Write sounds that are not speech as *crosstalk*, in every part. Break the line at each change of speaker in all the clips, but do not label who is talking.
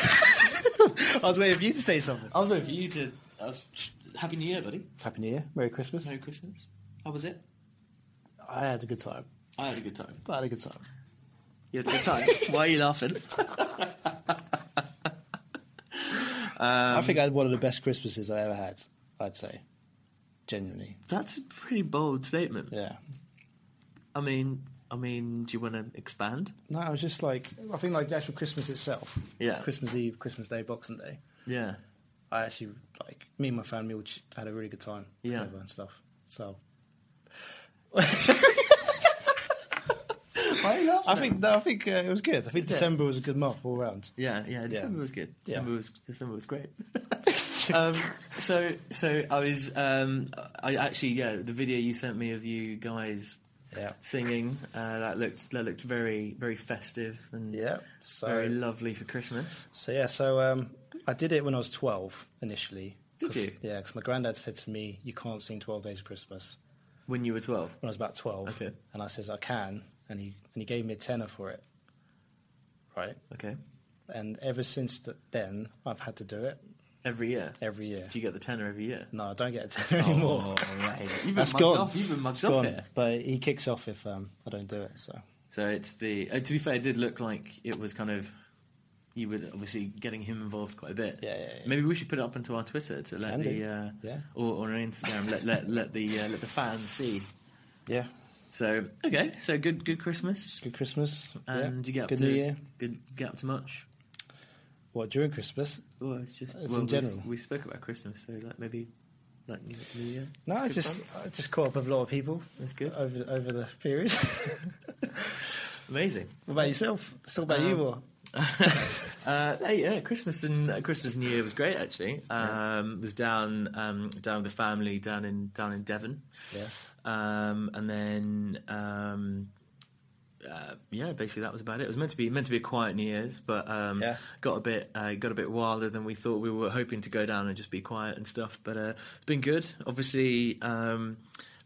I was waiting for you to say something.
I was waiting for you to. I was, Happy New Year, buddy.
Happy New Year. Merry Christmas.
Merry Christmas. How was it?
I had a good time.
I had a good time.
I had a good time.
You had a good
*laughs*
time. Why are you laughing?
I think I had one of the best Christmases I ever had, I'd say. Genuinely.
That's a pretty bold statement.
Yeah.
I mean, I mean, do you want to expand?
No, I was just like, I think like the actual Christmas itself.
Yeah.
Christmas Eve, Christmas Day, Boxing Day.
Yeah.
I actually, like, me and my family all ch- had a really good time.
Yeah.
together And stuff. *laughs* So.
Why are you laughing?
I think, no, I think uh, it was good. I think December was a good month all round.
Yeah, yeah. December was good.
Yeah.
December was December
*laughs*
was great. um, so, so I was. Um, I actually, yeah, the video you sent me of you guys
Yeah.
singing uh, that looked that looked very very festive and
Yeah. So,
very lovely for Christmas.
So yeah, so um, I did it when I was twelve initially.
Did
'Cause-
you?
Yeah, because my granddad said to me, "You can't sing Twelve Days of Christmas."
When you were twelve.
When I was about twelve,
Okay.
and I says I can, and he and he gave me a tenner for it. Right,
Okay.
and ever since th- then, I've had to do it
Every year.
every year.
Do you get the tenner every year?
no, I don't
*laughs*
get a tenner anymore. *laughs*
mate. You've been
That's
mugged
gone.
off. You've been mugged
It's
off
gone.
here.
But he kicks off if um, I don't do it. So
So it's the. Uh, to be fair, it did look like it was kind of. You were obviously getting him involved quite a bit.
Yeah, yeah, yeah.
Maybe we should put it up onto our Twitter to let
Can
the
do.
uh,
Yeah.
or, or on Instagram let let let the uh, let the fans see.
yeah,
So okay, so good good Christmas.
good Christmas. yeah.
And you get up
good
to
New Year.
Good get up to much.
What during Christmas?
Well, it's just
It's
well,
in
we-
general.
We, spoke about Christmas, so like maybe like New New Year.
No, I
Good
just
fun.
I just caught up with a lot of people
That's good.
over over the period. *laughs*
amazing.
What about yourself? It's all about
Um,
you, or
Uh, hey, yeah, Christmas and uh, Christmas and New Year was great actually. Um, was down um, down with the family down in down in Devon,
yes,
um, and then um, uh, yeah, basically that was about it. It was meant to be meant to be a quiet New Year's, but um,
Yeah.
got a bit uh, got a bit wilder than we thought. We were hoping to go down and just be quiet and stuff, but uh, it's been good. Obviously, um,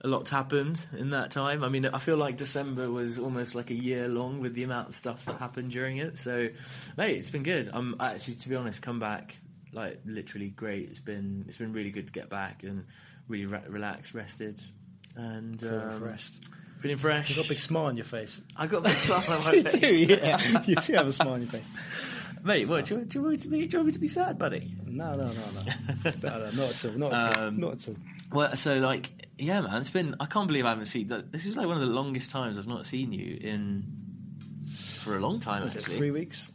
a lot's happened in that time. I mean, I feel like December was almost like a year long with the amount of stuff that happened during it. So, mate, it's been good. I'm actually, to be honest, come back like literally great. It's been it's been really good to get back and really re- relaxed, rested, and um,
refreshed.
Feeling fresh.
You got a big smile on your face.
I got a big smile
*laughs*
on my face. *laughs*
yeah. you do have a smile on your face.
Mate, what, do, you, do, you want me to be, do you want me to be sad, buddy?
No, no, no, no, no, no not at all, not at
Um,
all, not at all.
Well, so like, yeah, man, it's been. I can't believe I haven't seen. Like, this is like one of the longest times I've not seen you in for a long time. Actually,
Three weeks.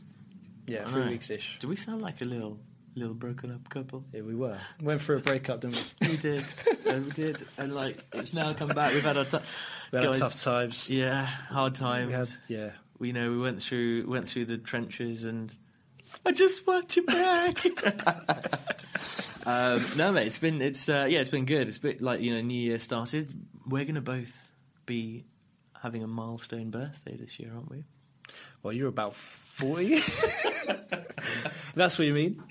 Yeah, three
Right.
weeks ish.
Do we sound like a little, little broken up couple?
Yeah, we were. Went through a breakup, didn't we?
We did, Yeah, we did, and like, it's now come back. We've had our, t-
We had our
Guys,
tough times.
yeah, hard times.
We had, yeah.
we you know we went through went through the trenches and I just want you back. *laughs* um, no, mate, it's been it's uh, yeah, it's been good. It's a bit like you know, New Year started. We're gonna both be having a milestone birthday this year, aren't we?
Well, you're about forty. *laughs* That's what you mean.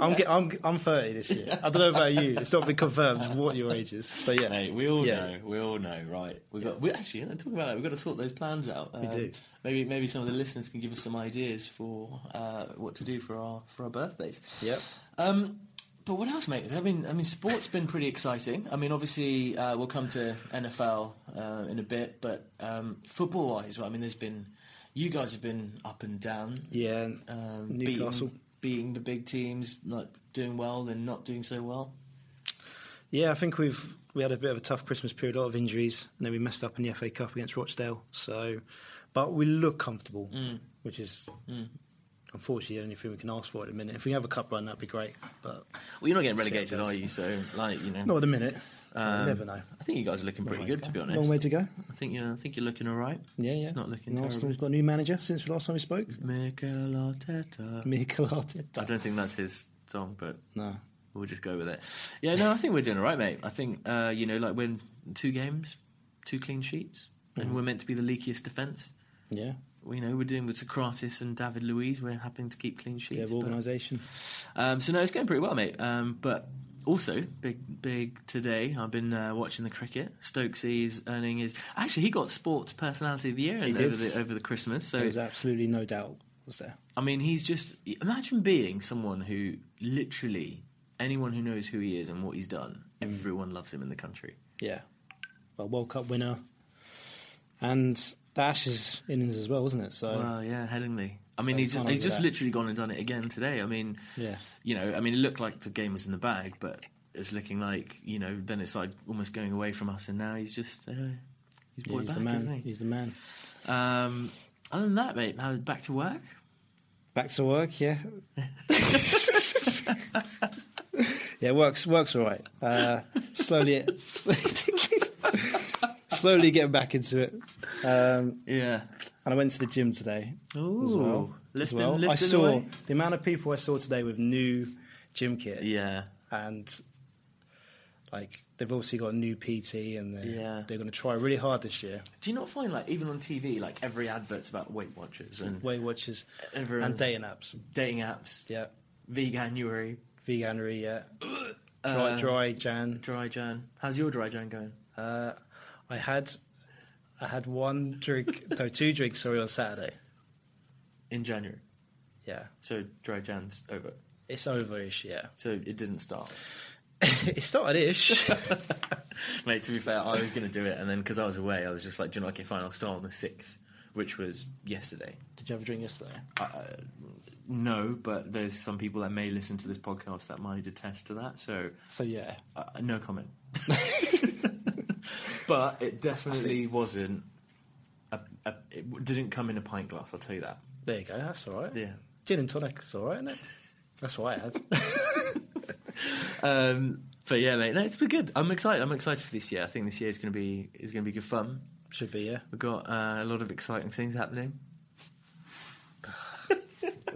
I'm, get, I'm I'm 30 this year. I don't know about you. It's not been confirmed what your age is, but yeah.
Mate, we all
Yeah.
know. We all know, right? We've got. We actually, yeah, talking about that, we've got to sort those plans out. Um,
do.
Maybe, maybe some of the listeners can give us some ideas for uh, what to do for our for our birthdays.
Yep.
Um, but what else, mate? I mean, I mean, sport's been pretty exciting. I mean, obviously, uh, we'll come to NFL uh, in a bit, but um, football-wise, well, I mean, there's been you guys have been up and down. Um,
Yeah.
beating-
Newcastle.
beating the big teams, like doing well, then not doing so well.
Yeah, I think we've we had a bit of a tough Christmas period, a lot of injuries, and then we messed up in the FA Cup against Rochdale. So, but we look comfortable,
Mm.
which is unfortunately the only thing we can ask for at the minute. If we have a cup run, that'd be great, but
Well, you're not getting
See how it
relegated,
goes.
are you? So, like, you know,
not at the minute.
Um,
you never know.
I think you guys are looking pretty good, to be honest.
Long way to go.
I think you. I think you're looking all right.
Yeah, yeah.
It's not looking
And
terrible.
Arsenal's got a new manager since the last time we spoke.
Mikel Arteta.
Mikel Arteta.
I don't think that's his song, but
No.
we'll just go with it. Yeah, no, I think we're doing all right, mate. I think uh, you know, like when two games, two clean sheets,
Mm-hmm.
and we're meant to be the leakiest defence.
*laughs* Yeah.
You know, we're doing with Socrates and David Luiz. We're happening to keep clean
Bit
sheets.
of
but-
organisation.
um, so no, it's going pretty well, mate. Um, but also, big big today. I've been uh, watching the cricket. Stokesy is earning his. Actually, he got Sports Personality of the Year over
did.
the over the Christmas. So
There was absolutely no doubt was there.
I mean, he's just imagine being someone who literally anyone who knows who he is and what he's done,
Hmm.
everyone loves him in the country.
Yeah. Well, World Cup winner. And the Ashes innings as well, wasn't it? So
Well, yeah, Headingley. I mean,
So
he's,
can't
he's
argue
just
that.
literally gone and done it again today. I mean,
Yeah.
you know, I mean, it looked like the game was in the bag, but it's looking like you know, then it's like almost going away from us, and now he's just uh, he's,
yeah,
brought
he's
back,
the man.
isn't he?
He's the man.
Um, other than that, mate, now back to work.
Back to work,
*laughs*
yeah. yeah, works works all right. Uh, slowly, *laughs* slowly getting back into it. Um,
Yeah.
and I went to the gym today as
Ooh.
well. as
Lifting-
well. I
lifting
saw
away?
the amount of people I saw today with new gym kit.
Yeah.
and like they've obviously got a new PT and they're,
Yeah.
they're going to try really hard this year.
Do you not find like even on TV, like every advert's about Weight Watchers and
Weight Watchers
Everyone's-
and dating apps.
dating apps,
Yeah,
veganuary,
veganery. Yeah, dry,
Uh,
dry Jan.
dry Jan. How's your dry Jan going?
I had I had one *laughs* drink, no two drinks. Sorry, on Saturday.
In January.
Yeah,
So dry Jan's over.
it's over ish. Yeah, *laughs*
So it didn't start.
it started ish.
Mate, to be fair, I was going to do it, and then because I was away, I was just like, do you know, okay, fine, I'll start on the 6th, which was yesterday.
*laughs* Did you have a drink yesterday?
No, but there's some people that may listen to this podcast that might attest to that, so
So yeah,
uh, no *laughs* comment. but it definitely wasn't, a, a, it w- didn't come in a pint glass, I'll tell you that.
there you go. That's all right.
Yeah.
gin and tonic. It's all right, *laughs* isn't it? That's what I had. *laughs*
Um, but yeah, mate, no, it's been good. I'm excited. I'm excited for this year. I think this year is going to be is going to be good fun.
Should be yeah.
We've got uh, a lot of exciting things happening.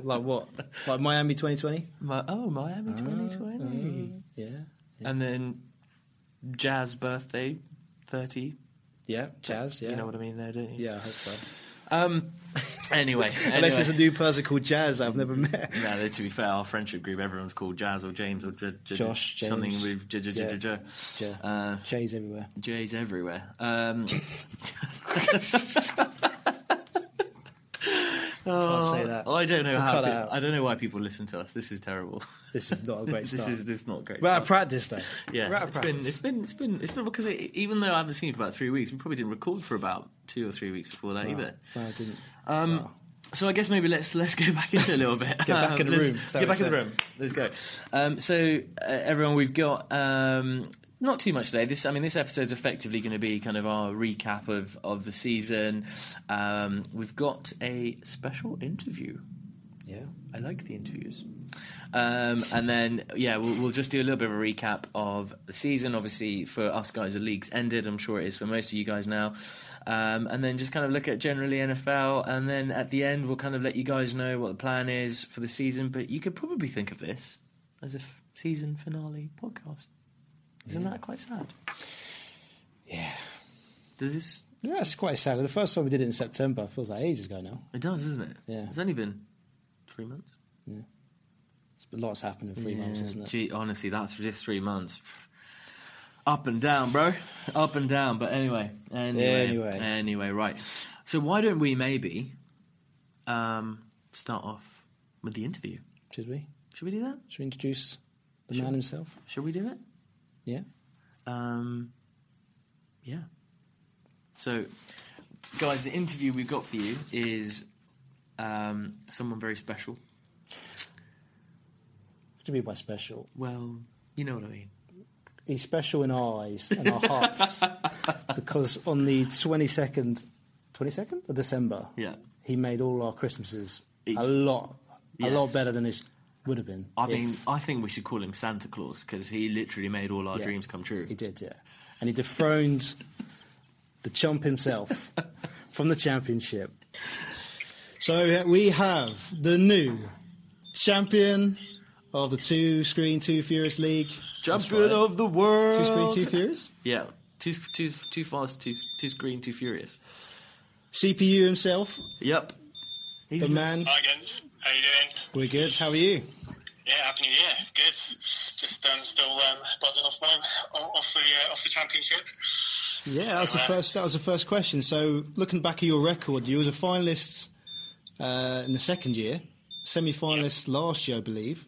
Like what? Like Miami 2020.
My, oh, Miami 2020,
Yeah.
and then Jazz birthday 30.
Yeah, jazz. Yeah,
You know what I mean, there, don't you?
yeah, I hope so.
Um. *laughs* Anyway,
Unless
anyway.
there's a new person called Jazz that I've never met.
No, though, to be fair, our friendship group, everyone's called Jazz or James or J- J-
Josh, James.
something with J- J- J-
Yeah.
J- J.
Yeah,
Uh,
*laughs* Jay's everywhere.
J's everywhere. Um,
Can't say that.
I don't know
We'll
how.
cut
pe-
out.
I don't know why people listen to us. This is terrible.
*laughs* This is not a great
*laughs* this
start.
is this is not great.
We're out
stuff.
of practice though. We're
yeah,
out of
it's
practice.
been it's been it's been it's been because it, even though I haven't seen you for about three weeks, we probably didn't record for about two or three weeks before that either.
No, I didn't.
Um, So I guess maybe let's let's go back into it a little bit. get *laughs*
back in the room, is that
Get
what
back in the
you
room. Let's go. Um, so uh, everyone, we've got um, not too much today. This I mean, this episode's effectively going to be kind of our recap of of the season. Um, we've got a special interview Yeah, I like the interviews. Um, and then, yeah, we'll, we'll just do a little bit of a recap of the season. Obviously, for us guys, the league's ended. I'm sure it is for most of you guys now. Um, and then just kind of look at generally NFL. And then at the end, we'll kind of let you guys know what the plan is for the season. But you could probably think of this as a f- season finale podcast. Isn't that quite sad?
Yeah.
Does this?
Yeah, that's quite sad. The first time we did it in September feels like ages ago now.
It does, isn't it?
Yeah.
It's only been three months.
It's- A lot's happened in three months,
Yeah,
isn't it?
Gee, honestly, that's just three months. Up and down, bro. Up and down. But anyway, anyway,
Anyway.
anyway, right. So why don't we maybe um, start off with the interview?
Should we?
Should we do that?
Should we introduce the man himself?
Should we do it?
Yeah.
Um, yeah. So, guys, the interview we've got for you is um, someone very special.
To be by special.
Well, you know what I mean.
He's special in our eyes and our
*laughs*
hearts because on the 22nd, 22nd of December,
Yeah.
he made all our Christmases
He-
a lot,
Yes.
a lot better than it would have been.
I
if
mean, I think we should call him Santa Claus because he literally made all our
Yeah.
dreams come true.
He did, yeah. And he dethroned the chump
*laughs*
himself from the championship. So uh, we have the new champion of the Two Screen Two Furious League.
Champion of the world.
Two Screen Two Furious?
Yeah, too too too fast, too too green, too furious.
CPU himself,
Yep.
the man.
Hi, Guns. How you doing?
We're good. How are you?
Yeah, happy New Year. Good. Just um, still um, buzzing off my off the uh, off the championship. uh,
Yeah, that was the first. That was the first question. So, looking back at your record, you was a finalist uh, in the second year, semi-finalist last year, I believe.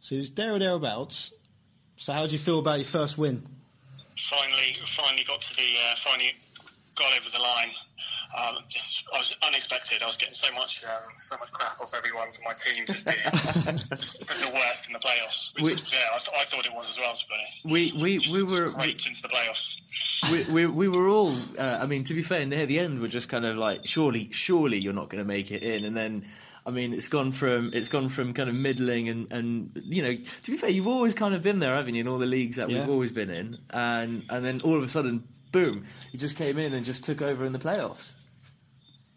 So it was there or thereabouts. So, how do you feel about your first win?
Finally, finally got to the uh, finally got over the line. Um, just I was unexpected. I was getting so much um, so much crap off everyone for my team
*laughs*
just being the worst in the playoffs. Which,
Which-
yeah, I, th- I thought it was as well. To be honest,
We- we-
Just
we were-
scraped into the playoffs.
We, we we were all. Uh, I mean, to be fair, near the end, we're just kind of like, surely, surely, you're not going to make it in, and then. I mean, it's gone from it's gone from kind of middling and, and you know to be fair, you've always kind of been there, haven't you? In all the leagues that
Yeah.
we've always been in, and and then all of a sudden, boom, you just came in and just took over in the playoffs.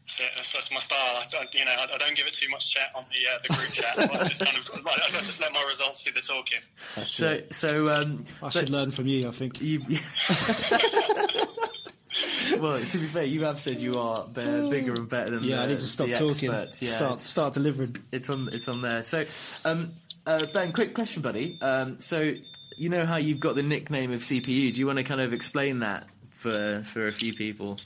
So uh, that's, that's my style. I, don't- you know, I, I don't give it too much chat on the uh, the group chat. I just kind of *laughs* I, I just let my results do the talking.
so so um,
I
so
should learn from you. I think.
you. *laughs* well, to be fair, you have said you are be- bigger and better than
Yeah,
the,
I need to stop
the
talking.
experts. Yeah,
start,
it's-
start delivering.
It's on. It's on there. So, um, uh, Ben, quick question, buddy. Um, so, you know how you've got the nickname of CPU. Do you want to kind of explain that for for a few people?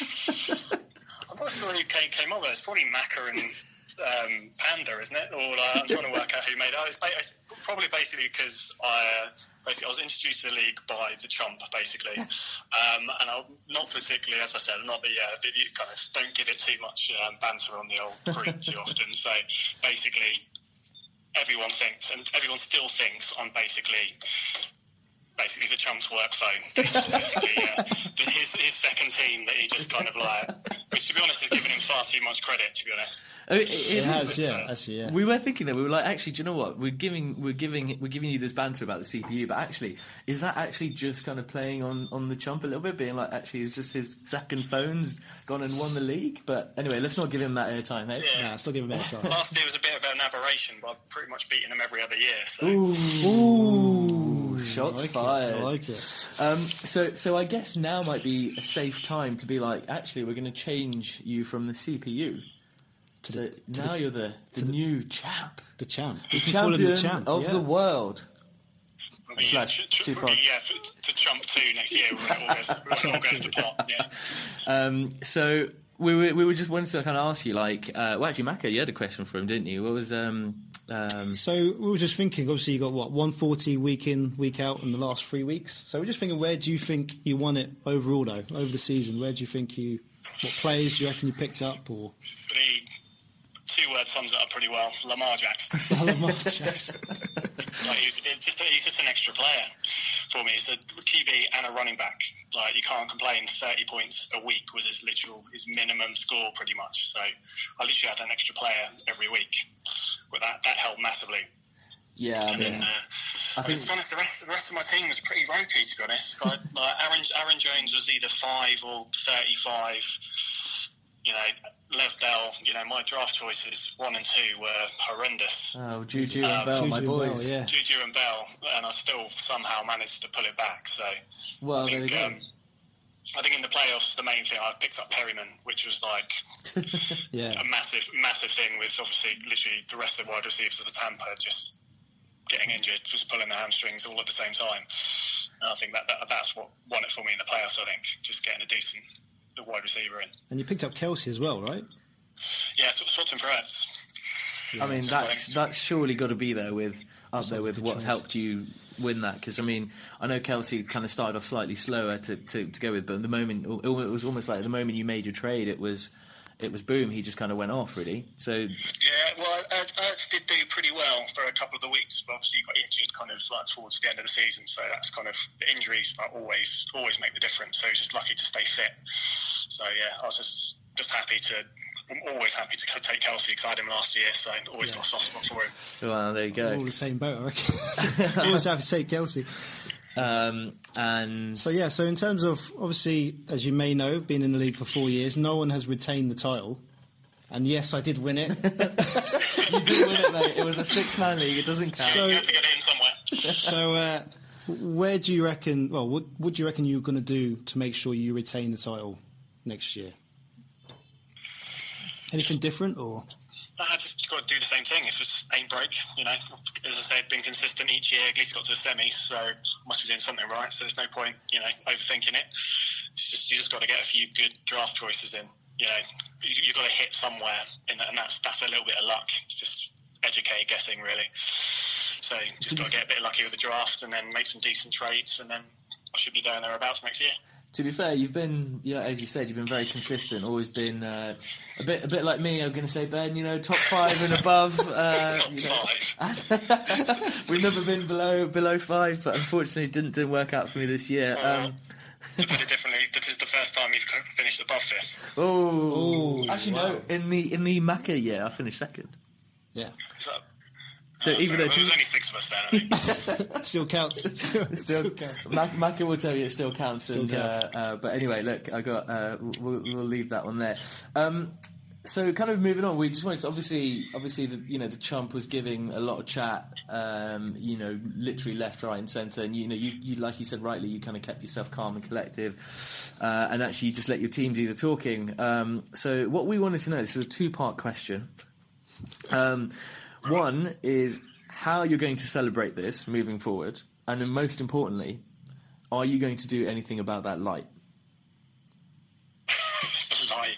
I'm not sure who came, came up with it. It's probably Macca and um, Panda, isn't it? Or uh, I'm trying to work out who made it. It's, ba- it's probably basically because I uh, basically I was introduced to the league by the Chump, basically, um, and I'm not particularly, as I said, I'm not the, uh, the you kind of don't give it too much um, banter on the old group too often. So basically, everyone thinks, and everyone still thinks, I'm basically basically the Trump's work phone. *laughs* It's just basically uh, the- his, his second team that he just kind of like, which to be honest is giving him far too much credit. To be honest,
Oh, it- it- *laughs*
It has, yeah, actually, yeah.
We were thinking that we were like, actually, do you know what? We're giving, we're giving, we're giving you this banter about the CPU, but actually, is that actually just kind of playing on on the chump a little bit, being like, actually, it's just his second phone's gone and won the league? But anyway, let's not give him that airtime, eh?
Nah, still giving better
*laughs*
time.
last year was a bit of an aberration, but I've pretty much beaten them every other year. So
Ooh, shots
I like
fired.
it. I like it.
Um, so, so I guess now might be a safe time to be like, actually, we're going to change you from the CPU. so now you're the, the, new champ,
The champ.
the
You can call him
champion
the champ
of
yeah.
the world.
it'll be,
Slash
tr- tr-
too
it'll be,
far.
yeah, f- to Trump two next year when it all goes, when it
*laughs*
all goes to plot. Yeah.
Um, so we were, we were just wanted to kind of ask you, like, uh, well, actually, Maka, you had a question for him, didn't you? What was um, um,
So we were just thinking. Obviously, you got what 140 week in, week out in the last three weeks. So we're just thinking, where do you think you won it overall, though, over the season? Where do you think you, what players do you reckon you picked up,
*laughs*
or
The two word sums it up pretty well. Lamar
*laughs*
Jackson.
I love Mark Jackson.
Like, he's, just, he's just an extra player. for me. It's a QB and a running back. Like you can't complain. Thirty points a week was his literal his minimum score, pretty much. So I literally had an extra player every week. Well, that that helped massively.
Yeah, I
And
mean,
then, uh, I
think-
mean, to be honest, the rest, the rest of my team was pretty ropey. To be honest, like, *laughs* like Aaron, Aaron Jones was either five or thirty-five. You know, Lev Bell. You know, my draft choices one and two were horrendous.
oh, Juju and Bell, my
Juju and
boys.
Bell, yeah.
Juju and Bell, and I still somehow managed to pull it back. So
Well,
I
there we
think
go.
um, I think in the playoffs, the main thing I picked up Perryman, which was like
Yeah.
a massive, massive thing. With obviously, literally the rest of the wide receivers of the Tampa just getting injured, just pulling their hamstrings all at the same time. And I think that, that that's what won it for me in the playoffs. I think just getting a decent wide receiver in.
And you picked up Kelsey as well, right?
Yeah, so, swapped him for Ertz.
I mean, that's that's surely got to be there with up there with what helped you win that. Because I mean, I know Kelsey kind of started off slightly slower to, to, to go with, but the moment it was almost like the moment you made your trade, it was it was boom. He just kind of went off really. So
Yeah, well, Ertz, Ertz did do pretty well for a couple of the weeks, but obviously he got injured kind of like towards the end of the season. So that's kind of injuries that always always make the difference. So he's just lucky to stay fit. So yeah, I was just just happy to. I'm always happy to *laughs* take Kelsey because I had him last year, so I've always got a soft spot for him.
well, uh, there you go.
All the same boat, I
*laughs*
reckon. *laughs* Always have to take Kelsey.
Um, and
So yeah, so in terms of obviously, as you may know, being in the league for four years, no one has retained the title. And yes, I did win it.
*laughs* you did win *laughs* it, mate. It was a six-man league. It doesn't count.
So-
you have to get it in somewhere.
so uh, where do you reckon? Well, what, what do you reckon you're going to do to make sure you retain the title next year? Anything different, or
I just got to do the same thing. If it's ain't break, you know. As I said, been consistent each year. At least got to the semi, so must be doing something right. So there's no point, you know, overthinking it. It's just you just got to get a few good draft choices in. You know, you, you got to hit somewhere, and, and that's that's a little bit of luck. It's just educated guessing, really. So just got to get a bit lucky with the draft, and then make some decent trades, and then I should be there and thereabouts next
*laughs*
year.
to be fair, you've been, yeah, as you said, you've been very consistent. Always been uh, a bit, a bit like me. I'm going to say Ben. You know, top five and above. Uh,
Top
you know,
five.
We've never been below below five, but unfortunately, it didn't didn't work out for me this year. Um,
to put it differently, this is the first time you've finished above fifth.
oh, actually, no. In the in the Macca year, I finished second.
yeah,
So,
So even
there
though
was only six of us there, I think.
still *laughs* counts. still,
still,
still
*laughs*
counts.
Mac- Macca will tell you it still counts. and,
counts.
Uh, uh, but anyway, look, I got. Uh, we'll, we'll leave that one there. Um, so kind of moving on, we just wanted to obviously, obviously, the, you know, the chump was giving a lot of chat, um, you know, literally left, right, and centre, and you know, you, you like you said rightly, you kind of kept yourself calm and collective, uh, and actually you just let your team do the talking. Um, so what we wanted to know, this is a two-part question. Um, one is how you're going to celebrate this moving forward, and then most importantly, are you going to do anything about that light?
*laughs* lie.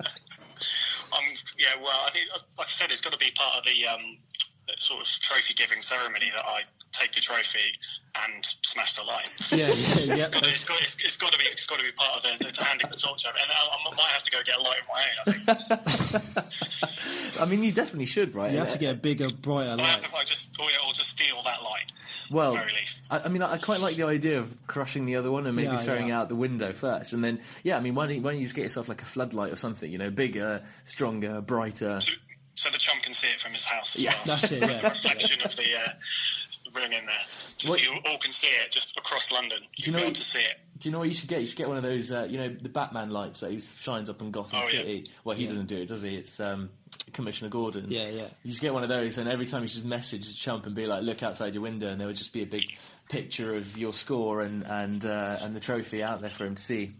um, yeah, well, I think, uh, like I said, it's got to be part of the um, sort of trophy giving ceremony that I take the trophy and smash the light.
Yeah, yeah, *laughs* yeah.
But it's got, it's, it's got to be it's got to be part of the, the handing the torch over, and I, I might have to go get a light of my own. I think.
I mean, you definitely should, right?
You have to get a bigger, brighter
I
light.
have to, I just or, or just steal that light.
Well,
At the very least.
I, I mean, I, I quite like the idea of crushing the other one and maybe
Yeah,
throwing
yeah.
out the window first, and then yeah, I mean, why don't, you, why don't you just get yourself like a floodlight or something? You know, bigger, stronger, brighter.
So, so the chum can see it from his house. as
Yeah,
well.
That's it. Yeah.
reflection of the uh, ring in there. Just
What-
you all can see it just across London.
you
You'll
know
be able
what-
to see it.
Do you know what you should get? You should get one of those, uh, you know, the Batman lights that he shines up in Gotham
Oh, yeah.
City. Well, he doesn't do it, does he? It's um, Commissioner Gordon.
Yeah, yeah.
You just get one of those, and every time you just message the chump and be like, "Look outside your window," and there would just be a big picture of your score and and uh, and the trophy out there for him to see.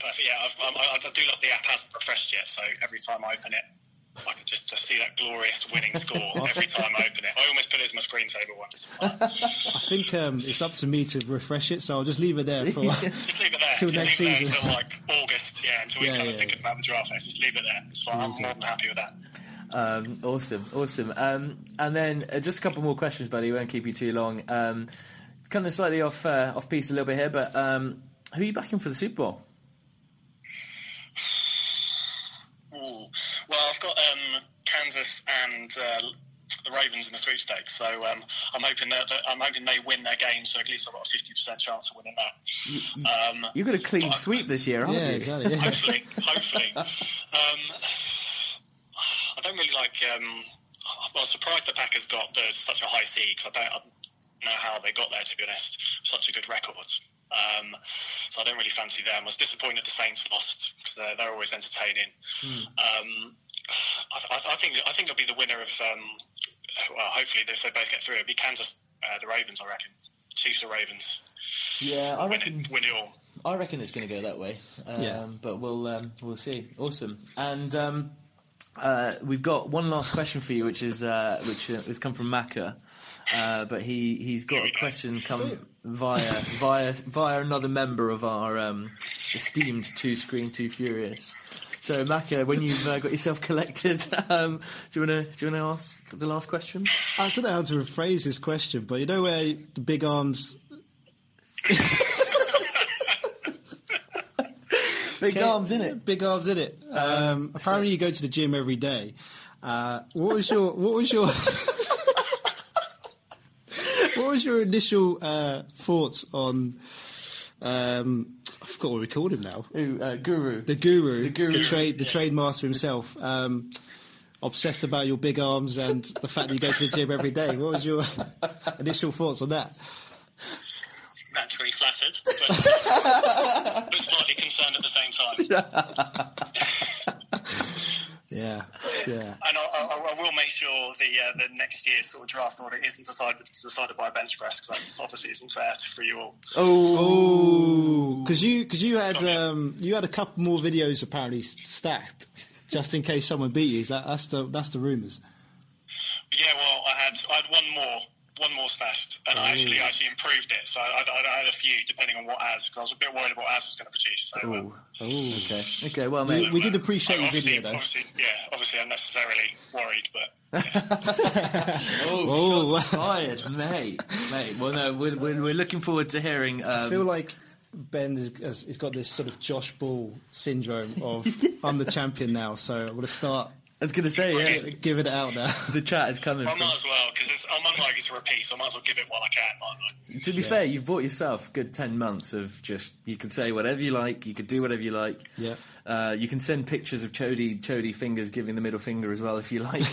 Perfect. Yeah, I've, I'm, I, I do love the app hasn't refreshed yet, so every time I open it, I can just, just see that glorious winning score
*laughs*
every time I open it. I almost put it as my screensaver once.
I think um, it's up to me to refresh it, so I'll just leave it there for. *laughs*
Just leave it there.
Till
just
next
leave it
season.
There until like August, yeah, until we
Yeah,
kind of
yeah,
thinking
yeah.
about the draft. Let's Just leave it there. It's fine. I'm more than happy with that.
Um, awesome, awesome. Um, and then uh, just a couple more questions, buddy. Won't keep you too long. Um, kind of slightly off uh, off piece a little bit here, but um, who are you backing for the Super Bowl?
Ooh. Well, I've got um, Kansas and uh, the Ravens in the sweepstakes. So um, I'm hoping that, that I'm hoping they win their game. So at least I've got a fifty percent chance of winning that.
Mm-hmm.
Um,
You've got a clean sweep this year, aren't
Yeah,
you?
exactly. Yeah.
hopefully, hopefully. Um, I don't really like. Um, I was surprised the Packers got the, such a high seed 'cause I don't I don't know how they got there. To be honest, such a good record. Um, so I don't really fancy them. I was disappointed the Saints lost because they're, they're always entertaining. Um, I, I, I think I think it'll be the winner of. Um, well, hopefully, if they both get through, it'll be Kansas, uh, the Ravens. I reckon. Chiefs or Ravens.
Yeah, I
Win
reckon.
it, win it all.
I reckon it's going to go that way. Um,
Yeah.
But we'll um, we'll see. Awesome. And um, uh, we've got one last question for you, which is uh, which uh, has come from Maka, uh, but he he's got a question come via via via another member of our um, esteemed Two Screen Two Furious. So Maka, when you've uh, got yourself collected, *laughs* um, do you want to do you want to ask the last question?
I don't know how to rephrase this question, but you know where the big arms.
Big arms in it.
Big arms in it. Um, apparently, you go to the gym every day. Uh, what was your? What was your? *laughs* what was your initial uh, thoughts on? Um, I forgot what we called him now.
Ooh, uh, guru.
The guru,
The guru.
trade, the trade master himself. Um, obsessed about your big arms and the fact that you go to the gym every day. What was your *laughs* initial thoughts on that?
naturally
*laughs*
flattered, but, but slightly concerned at the same time.
Yeah, yeah.
And I, I, I will make sure the uh, the next year's sort of draft order isn't decided decided by a bench press because that's obviously isn't fair to, for you all.
Because you, because you had, um, you had a couple more videos apparently s- stacked, just in case someone beat you. Is that that's the that's the rumours?
Yeah, well, I had I had one more one more stashed, and I actually actually improved it. So I, I, I had a few depending on what as because I was a bit worried about what as was going to produce. So. um,
Ooh. Okay. Okay. Well, mate.
We, we did appreciate
I
your
obviously,
video though.
obviously, yeah, obviously unnecessarily worried, but
Oh,
Oh,
shots fired, mate. Mate, well, no, we're, we're, we're looking forward to hearing.
I
Um,
feel like Ben has, has, has got this sort of Josh Ball syndrome of *laughs* I'm the champion now, so I'm gonna start
I was going to say, yeah,
giving it out now. *laughs*
the chat is coming.
I
From,
might as well because I'm unlikely to repeat, so I might as well give it while I can. Might I?
to be fair, you've bought yourself a good 10 months of just, you can say whatever you like, you could do whatever you like.
Yeah.
Uh, you can send pictures of Chody, Chody fingers giving the middle finger as well if you like.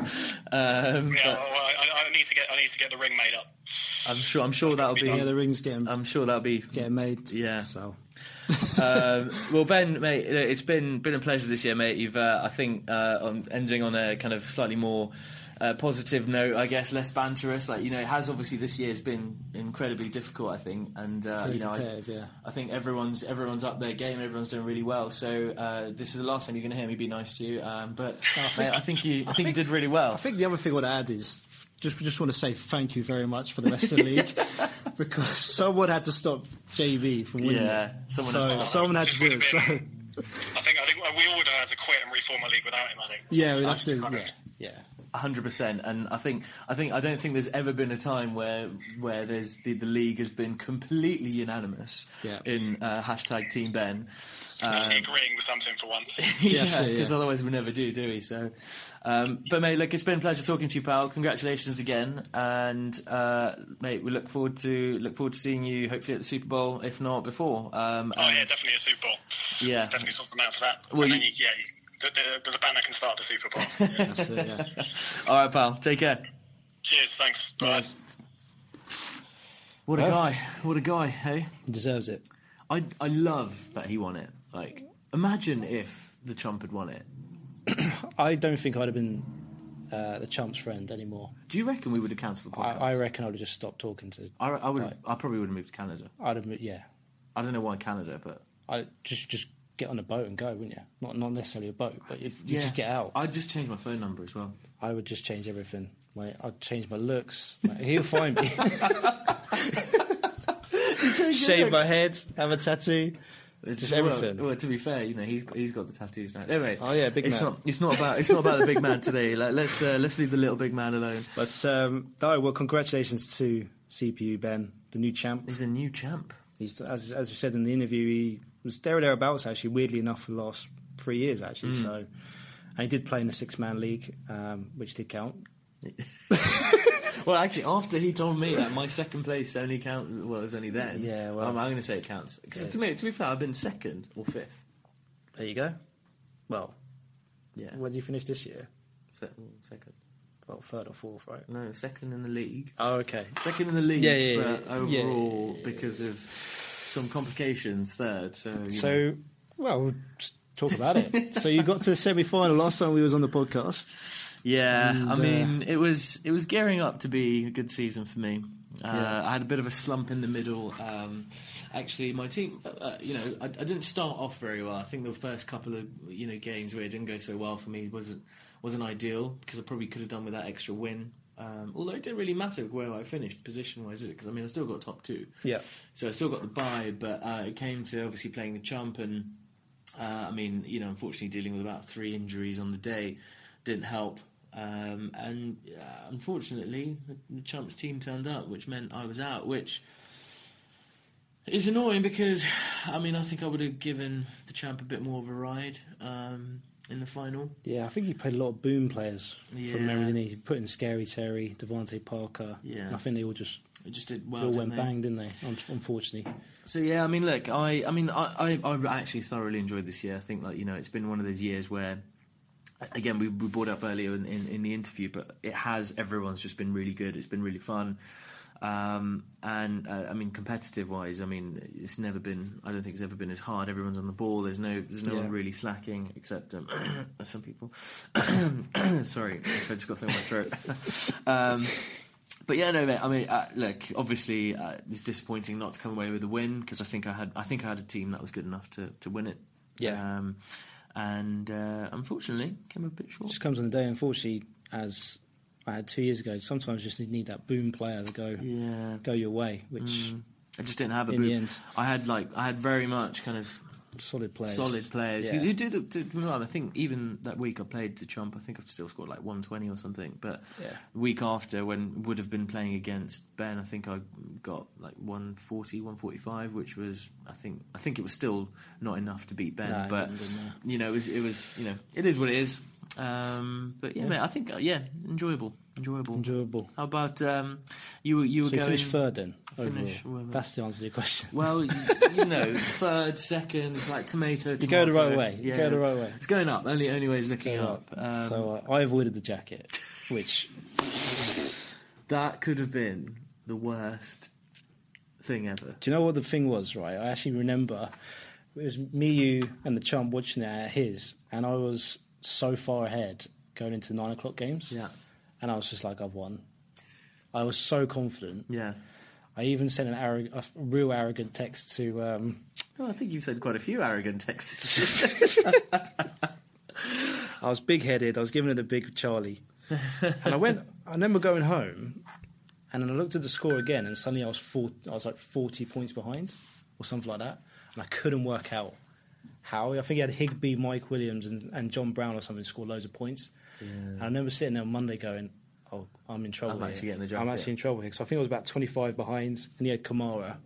um,
Yeah, well, I, I- I need to get I need to get the ring made up.
I'm sure, I'm sure that'll
Yeah,
be,
the ring's getting
I'm sure that'll be
getting made.
Yeah.
So
um, well, Ben, mate, you know, it's been been a pleasure this year, mate. You've, uh, I think, uh, on ending on a kind of slightly more uh, positive note, I guess, less banterous. Like you know, it has obviously this year's been incredibly difficult, I think, and uh, you know, I,
competitive, yeah.
I think everyone's everyone's up their game, everyone's doing really well. So uh, this is the last time you're going to hear me be nice to you, um, but
*laughs*
mate, I think you, I think you did really well.
I think the other thing I want to add is just just want to say thank you very much for the rest of the league
*laughs*
because someone had to stop JB from winning.
Yeah, someone
so
had to stop
someone had to do it. So
I think I think we all would have to quit and reform a league without him. I think.
yeah, we have to.
kind
Yeah,
of-
yeah.
hundred percent. And I think I think I don't think there's ever been a time where where there's the, the league has been completely unanimous
Yeah.
in uh, hashtag Team Ben.
Actually agreeing with something for
*laughs*
once.
yeah,
so,
because
yeah.
otherwise we never do, do we? So, um, but mate, look, it's been a pleasure talking to you, pal. Congratulations again, and uh, mate, we look forward to look forward to seeing you hopefully at the Super Bowl, if not before. Um,
oh
and-
yeah, definitely a Super Bowl.
Yeah.
definitely sort something out for that.
Well,
and then
you-
you, yeah, you, the, the, the banner can start the Super
*laughs*
Bowl. Yeah.
So, yeah.
All right, pal. Take care.
Cheers, thanks. Bye.
What a guy! What a guy! Hey.
Deserves it.
I I love that he won it. Like, imagine if the Trump had won it.
I don't think I'd have been uh, the chump's friend anymore.
Do you reckon we would have cancelled the podcast?
I, I reckon I'd have just stopped talking to.
I, I would. I probably would have moved to Canada.
I'd have, yeah.
I don't know why Canada, but
I just just get on a boat and go, wouldn't you? Not not necessarily a boat, but you
yeah,
just get out.
I'd just change my phone number as well.
I would just change everything. My, I'd change my looks. My- he'll find
*laughs*
me. Shave my head, have a tattoo. Just
Well,
everything.
Well, to be fair, you know he's he's got the tattoos now. Anyway,
Oh, yeah, big
it's
man.
Not, it's not about it's not about the big man today. Like, let's uh, let's leave the little big man alone.
But um, no, well, congratulations to CPU Ben, the new champ.
He's a new champ.
He's as as we said in the interview, he was there or thereabouts actually. Weirdly enough, for the
Mm.
last three years actually. So, and he did play in the six man league, um, which did count.
Well, actually, after he told me that my second place only count, well, it was only then.
Yeah, well-
I'm, I'm going to say it counts 'Cause to me, to be fair, I've been second or fifth.
There you go. Well,
Yeah,
where did you finish this year?
Se- mm, second.
Well, third or fourth, right?
No, second in the league.
Oh, okay.
Second in the league,
Yeah, yeah,
but
yeah, yeah,
overall because of some complications. Third, so you know.
So, well, we'll just talk about
*laughs*
it. so you got to the semi-final last time we was on the podcast.
Yeah, I mean, it was it was gearing up to be a good season for me. Uh, I had a bit of a slump in the middle. Um, actually, my team, uh, uh, you know, I, I didn't start off very well. I think the first couple of you know games where it didn't go so well for me wasn't wasn't ideal because I probably could have done with that extra win. Um, although it didn't really matter where I finished position wise, is it? Because I mean, I still got top two.
Yeah.
So I still got the bye, but uh, it came to obviously playing the champ and. Uh, I mean, you know, unfortunately, dealing with about three injuries on the day didn't help. Um, and uh, unfortunately, the- the Champs team turned up, which meant I was out, which is annoying because, I mean, I think I would have given the Champ a bit more of a ride um, in the final.
Yeah, I think he played a lot of boom players
Yeah.
from memory. Didn't he? he put in Scary Terry, Devante Parker.
Yeah.
and I think they all just
It just did
they
well.
all
didn't
went
eh?
they?
bang, didn't they? Un- Unfortunately,
So yeah, I mean, look, I, I mean, I, I, I actually thoroughly enjoyed this year. I think, like you know, it's been one of those years where, again, we, we brought up earlier in, in, in the interview, but it has everyone's just been really good. It's been really fun, um, and uh, I mean, competitive wise, I mean, it's never been. I don't think it's ever been as hard. Everyone's on the ball. There's no, there's no one really slacking except um, *coughs* some people. *coughs* Sorry, *coughs* I just got something in my throat. *laughs* um, but yeah, no, mate. I mean, uh, look, obviously, uh, it's disappointing not to come away with a win because I think I had, I think I had a team that was good enough to, to win it.
Yeah.
Um, and uh, unfortunately, came a bit short.
just comes on the day. Unfortunately, as I had two years ago, sometimes you just need that boom player to go
Yeah. Mm.
go your way, which
I just didn't have a
In the
boot.
end.
I had like, I had very much kind of
solid players.
solid players
Yeah.
who, who did, did well. I think even that week I played the chump. I think I've still scored like 120 or something. But
Yeah.
the week after, when would have been playing against Ben, I think I got like 140, 145, which was I think I think it was still not enough to beat Ben.
No, it
but
wouldn't have been,
you know, it was, it was you know it is what it is. Um, but yeah, mate, I think uh, yeah, enjoyable, enjoyable,
Enjoyable.
How about um, you? were- You were
So you
going
finished third then. Overall.
Finish with-
That's the answer to your question.
*laughs* well, you, you know, *laughs* third, second, it's like tomato.
You go the
tomato.
right way. You go the right way.
It's going up. Only only way is looking up. Um,
so uh, I avoided the jacket, which
that could have been the worst thing ever.
Do you know what the thing was, right? I actually remember it was me, you, and the chump watching it at his, and I was so far ahead going into nine o'clock games.
Yeah.
And I was just like, I've won. I was so confident.
Yeah.
I even sent an arro- a f- real arrogant text to. Um,
Oh, I think you've said quite a few arrogant
*laughs*
texts.
I was big headed. I was giving it a big Charlie. and I went. I remember going home, and then I looked at the score again, and suddenly I was four, I was like forty points behind, or something like that, and I couldn't work out how. I think he had Higby, Mike Williams, and, and John Brown or something score loads of points. And I remember sitting there on Monday going, "Oh, I'm in trouble.
I'm actually
here.
getting the job
I'm
here."
actually in trouble here." So I think I was about twenty five behind, and he had Kamara.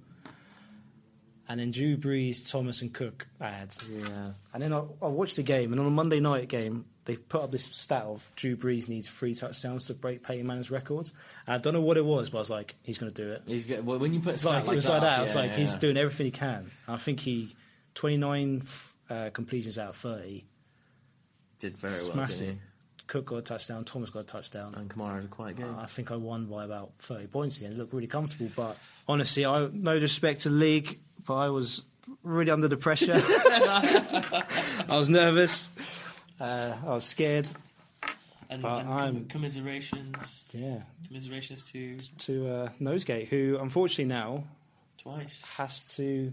And then Drew Brees, Thomas, and Cook. I had.
yeah.
And then I, I watched the game, and on a Monday night game, they put up this stat of Drew Brees needs three touchdowns to break Peyton Manning's record. And I don't know what it was, but I was like, he's going to do it.
He's get, well, when you put a
It's like,
stat
it was
that,
like that. I
up,
was
yeah,
like,
yeah,
he's
yeah.
doing everything he can. I think he 29 f- uh, completions out of 30.
did very well,
Smashed
didn't
it.
he?
Cook got a touchdown. Thomas got a touchdown.
And Kamara had a quiet game.
Uh, I think I won by about 30 points again. It looked really comfortable, but honestly, I no disrespect to the league, but I was really under the pressure. *laughs* I was nervous. Uh, I was scared.
and
but
and
I'm-
com- commiserations.
Yeah.
Commiserations to
To uh, Nosegate, who unfortunately now
twice.
has to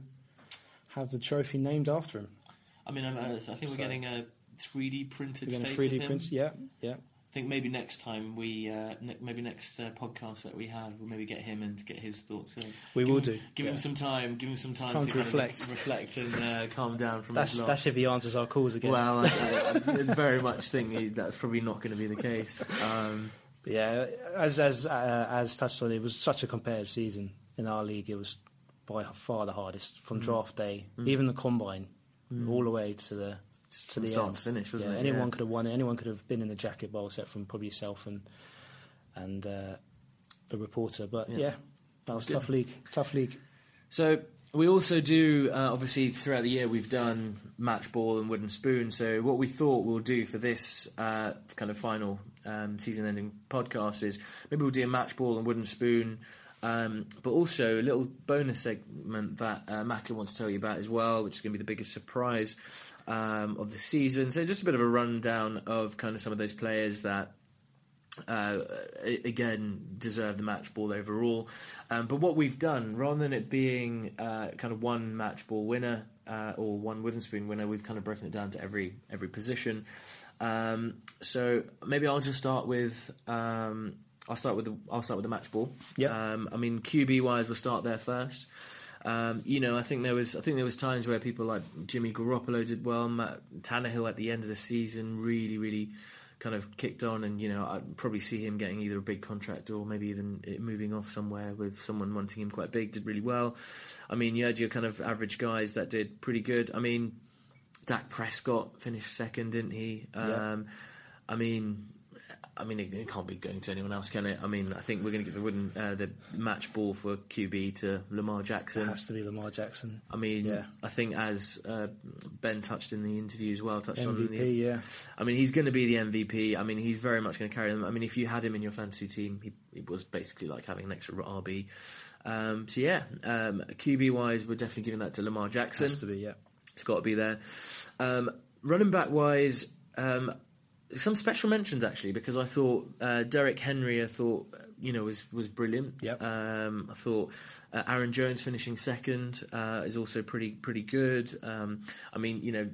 have the trophy named after him.
I mean, I'm, I think we're getting a 3D printed
We're going to
face of
3D
him.
print. Yeah, yeah.
I think maybe next time we, uh, ne- maybe next uh, podcast that we have, we'll maybe get him and get his thoughts. In.
We
give
will
him,
do,
Give him
yeah.
some time. Give him some time,
Time
to,
to
kind of
reflect.
reflect and uh, calm down from
That's
his loss.
that's if he answers our calls again.
well, I, I, I very much think he, that's probably not going to be the case. Um,
But yeah, as as uh, as touched on, it was such a competitive season in our league. It was by far the hardest
Mm.
from draft day, even the combine, all the way to the to
from
the
start
end.
to finish, wasn't
Yeah,
it?
Anyone
Yeah.
could have won it. Anyone could have been in the jacket bowl, except from probably yourself and and uh, a reporter. But yeah, that was tough league. Tough league.
So we also do uh, obviously throughout the year we've done match ball and wooden spoon. So what we thought we'll do for this uh, kind of final um, season-ending podcast is maybe we'll do a match ball and wooden spoon, um, but also a little bonus segment that uh, Macca wants to tell you about as well, which is going to be the biggest surprise um, of the season. So just a bit of a rundown of kind of some of those players that uh, a- again deserve the match ball overall. Um, but what we've done, rather than it being uh, kind of one match ball winner uh, or one wooden spoon winner, we've kind of broken it down to every every position. Um, so maybe I'll just start with. Um, I'll start with the I'll start with the match ball.
Yep.
Um, I mean QB wise, we'll start there first. Um, you know, I think there was I think there was times where people like Jimmy Garoppolo did well. Matt Tannehill at the end of the season really really kind of kicked on, and you know I'd probably see him getting either a big contract or maybe even it moving off somewhere with someone wanting him quite big. Did really well. I mean, you had your kind of average guys that did pretty good. I mean, Dak Prescott finished second, didn't he? Um, I mean, I mean, it, it can't be going to anyone else, can it? I mean, I think we're going to give the wooden uh, the match ball for QB to Lamar Jackson.
Has to be Lamar Jackson.
I mean,
Yeah.
I think as uh, Ben touched in the interview as well, touched on in the
MVP, yeah.
I mean, he's going to be the MVP. I mean, he's very much going to carry them. I mean, if you had him in your fantasy team, he, it was basically like having an extra RB. Um, so yeah, um, QB wise, we're definitely giving that to Lamar Jackson.
Has to be. Yeah.
It's got to be there. Um, running back wise, um, some special mentions actually because I thought uh, Derek Henry, I thought you know was was brilliant.
Yep.
Um, I thought uh, Aaron Jones finishing second uh, is also pretty pretty good. Um, I mean, you know,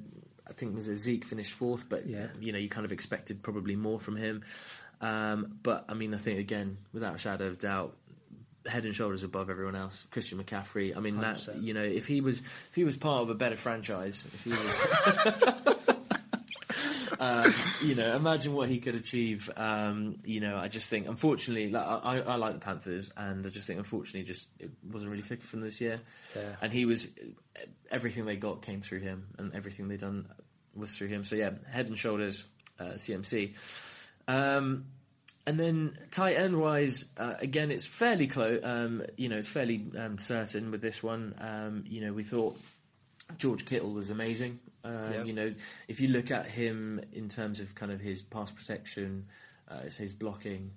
I think was it Zeke finished fourth, but
Yeah.
you know you kind of expected probably more from him. Um, but I mean, I think again, without a shadow of doubt, head and shoulders above everyone else. Christian McCaffrey. I mean, that you know, if he was if he was part of a better franchise, if he was, um, you know, imagine what he could achieve. Um, you know, I just think, unfortunately, like, I, I I like the Panthers, and I just think, unfortunately, just it wasn't really clicking for them this year.
Yeah.
And he was everything they got came through him, and everything they done was through him. So yeah, head and shoulders, uh, CMC. Um, and then tight end wise, uh, again, it's fairly close. Um, you know, it's fairly um, certain with this one. Um, you know, we thought George Kittle was amazing. Um,
Yeah.
You know, if you look at him in terms of kind of his pass protection, uh, it's his blocking,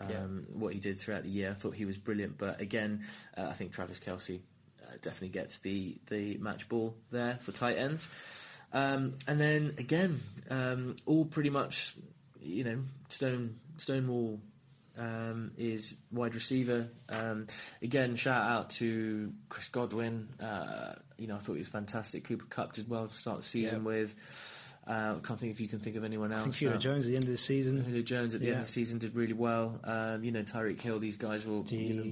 um,
Yeah.
what he did throughout the year, I thought he was brilliant. But again, uh, I think Travis Kelsey uh, definitely gets the the match ball there for tight end. Um, and then again, um, all pretty much, you know, stone Stonewall um, is wide receiver. Um, again, shout out to Chris Godwin. Uh, you know, I thought he was fantastic. Cooper Cup did well to start the season
Yeah.
with. Uh, can't think if you can think of anyone
I
else.
think Hero
now.
Jones at the end of the season.
Julio Jones at the end
Yeah.
of the season did really well. Um, you know, Tyreek Hill, these guys will. You know,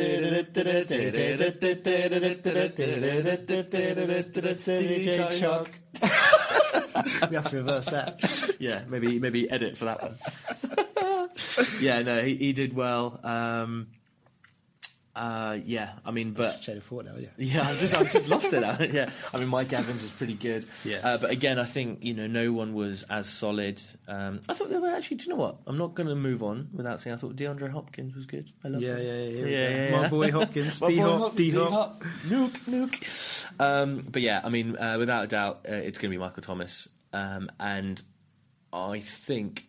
*laughs*
DJ Shock.
we have to reverse that.
yeah, maybe maybe edit for that one. *laughs* yeah, no, he, he did well. Um, uh, yeah, I mean, but
Chain of thought now, yeah.
yeah, I've just I've just lost it. *laughs* Now. yeah, I mean, Mike Evans was pretty good.
Yeah.
uh, but again, I think you know no one was as solid. Um, I thought they were actually. Do you know what? I'm not going to move on without saying I thought DeAndre Hopkins was good. I love
Yeah,
him.
yeah, yeah, here
yeah,
we go. My boy Hopkins,
*laughs* My boy
D-Hop,
Hop,
D-Hop.
D-Hop. nuke, nuke. Um, but yeah, I mean, uh, without a doubt, uh, it's going to be Michael Thomas, um, and I think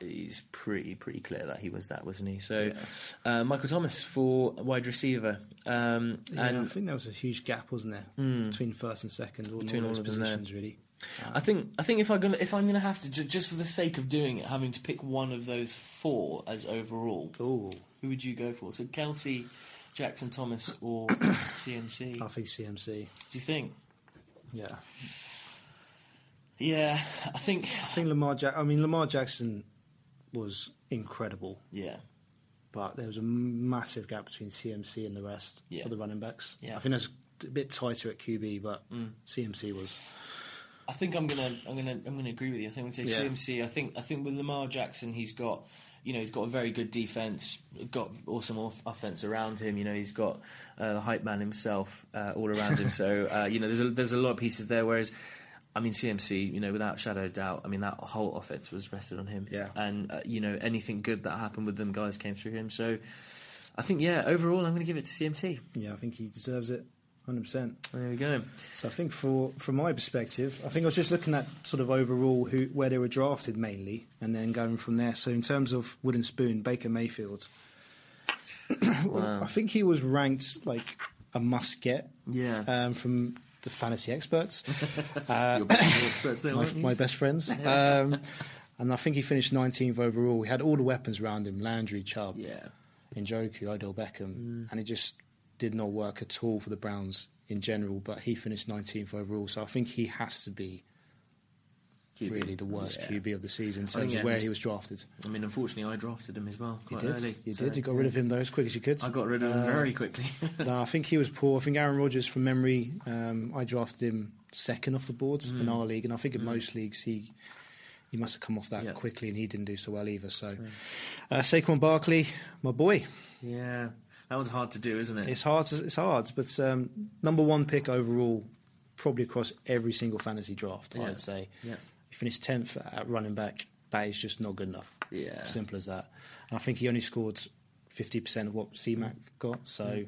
it's pretty pretty clear that he was that, wasn't he? So, uh, Michael Thomas for wide receiver, um,
And I
and Hmm.
think there was a huge gap, wasn't there, between first and second, all,
Between
all
all
those
of them there.
positions, really.
I think I think if I'm gonna if I'm gonna have to ju- just for the sake of doing it, having to pick one of those four as overall,
Oh,
who would you go for? So Kelsey, Jackson Thomas, or CMC?
I
Do
think CMC.
you think?
Yeah,
Yeah, I think.
I think Lamar. Jack- I mean, Lamar Jackson was incredible,
Yeah,
but there was a massive gap between CMC and the rest
Yeah.
of the running backs.
Yeah. Mm.
I think that's a bit tighter at QB, but CMC was.
I think I'm gonna I'm gonna I'm gonna agree with you. I think I'm gonna say
Yeah.
CMC. I think I think with Lamar Jackson, he's got you know he's got a very good defense, got awesome off- offense around him. You know he's got
*laughs*
uh, the hype man himself uh, all around him. So uh, you know there's a, there's a lot of pieces there. Whereas I mean, CMC, you know, without shadow of doubt, I mean, that whole offense was rested on him.
Yeah.
And, uh, you know, anything good that happened with them guys came through him. So I think, yeah, overall, I'm going to give it to CMC.
Yeah, I think he deserves it, hundred percent.
There we go.
So I think for from my perspective, I think I was just looking at sort of overall who where they were drafted mainly, and then going from there. So in terms of wooden spoon, Baker Mayfield, *coughs* I think he was ranked like a must get.
Yeah.
Um, from the fantasy
*laughs*
experts,
You're better experts there,
Uh, my,
aren't you?
my best
*laughs*
friends. Um, and I think he finished 19th overall. He had all the weapons around him: Landry, Chubb,
Yeah. Mm.
Njoku, Odell Beckham, and it just did not work at all for the Browns in general. But he finished 19th overall, so I think he has to be
QB.
really the worst
Yeah.
QB of the season in
think
terms of
it
where
was-
he was drafted.
I mean, unfortunately, I drafted him as well
You
quite
did,
early.
you
so-
did, you got rid of him though as quick as you could.
I got rid of him
Uh,
very quickly. *laughs*
no, I think he was poor. I think Aaron Rodgers, from memory, um, I drafted him second off the boards in our league, and I think in most leagues he he must have come off that
Yeah.
quickly, and he didn't do so well either. So, uh, Saquon Barkley, my boy,
yeah. That one's hard to do, isn't it?
it's hard. to- It's hard, but um, number one pick overall, probably across every single fantasy draft,
Yeah.
I'd say.
Yeah.
He finished tenth at running back. That is just not good enough.
Yeah.
simple as that. And I think he only scored fifty percent of what C Mac got, so
Mm.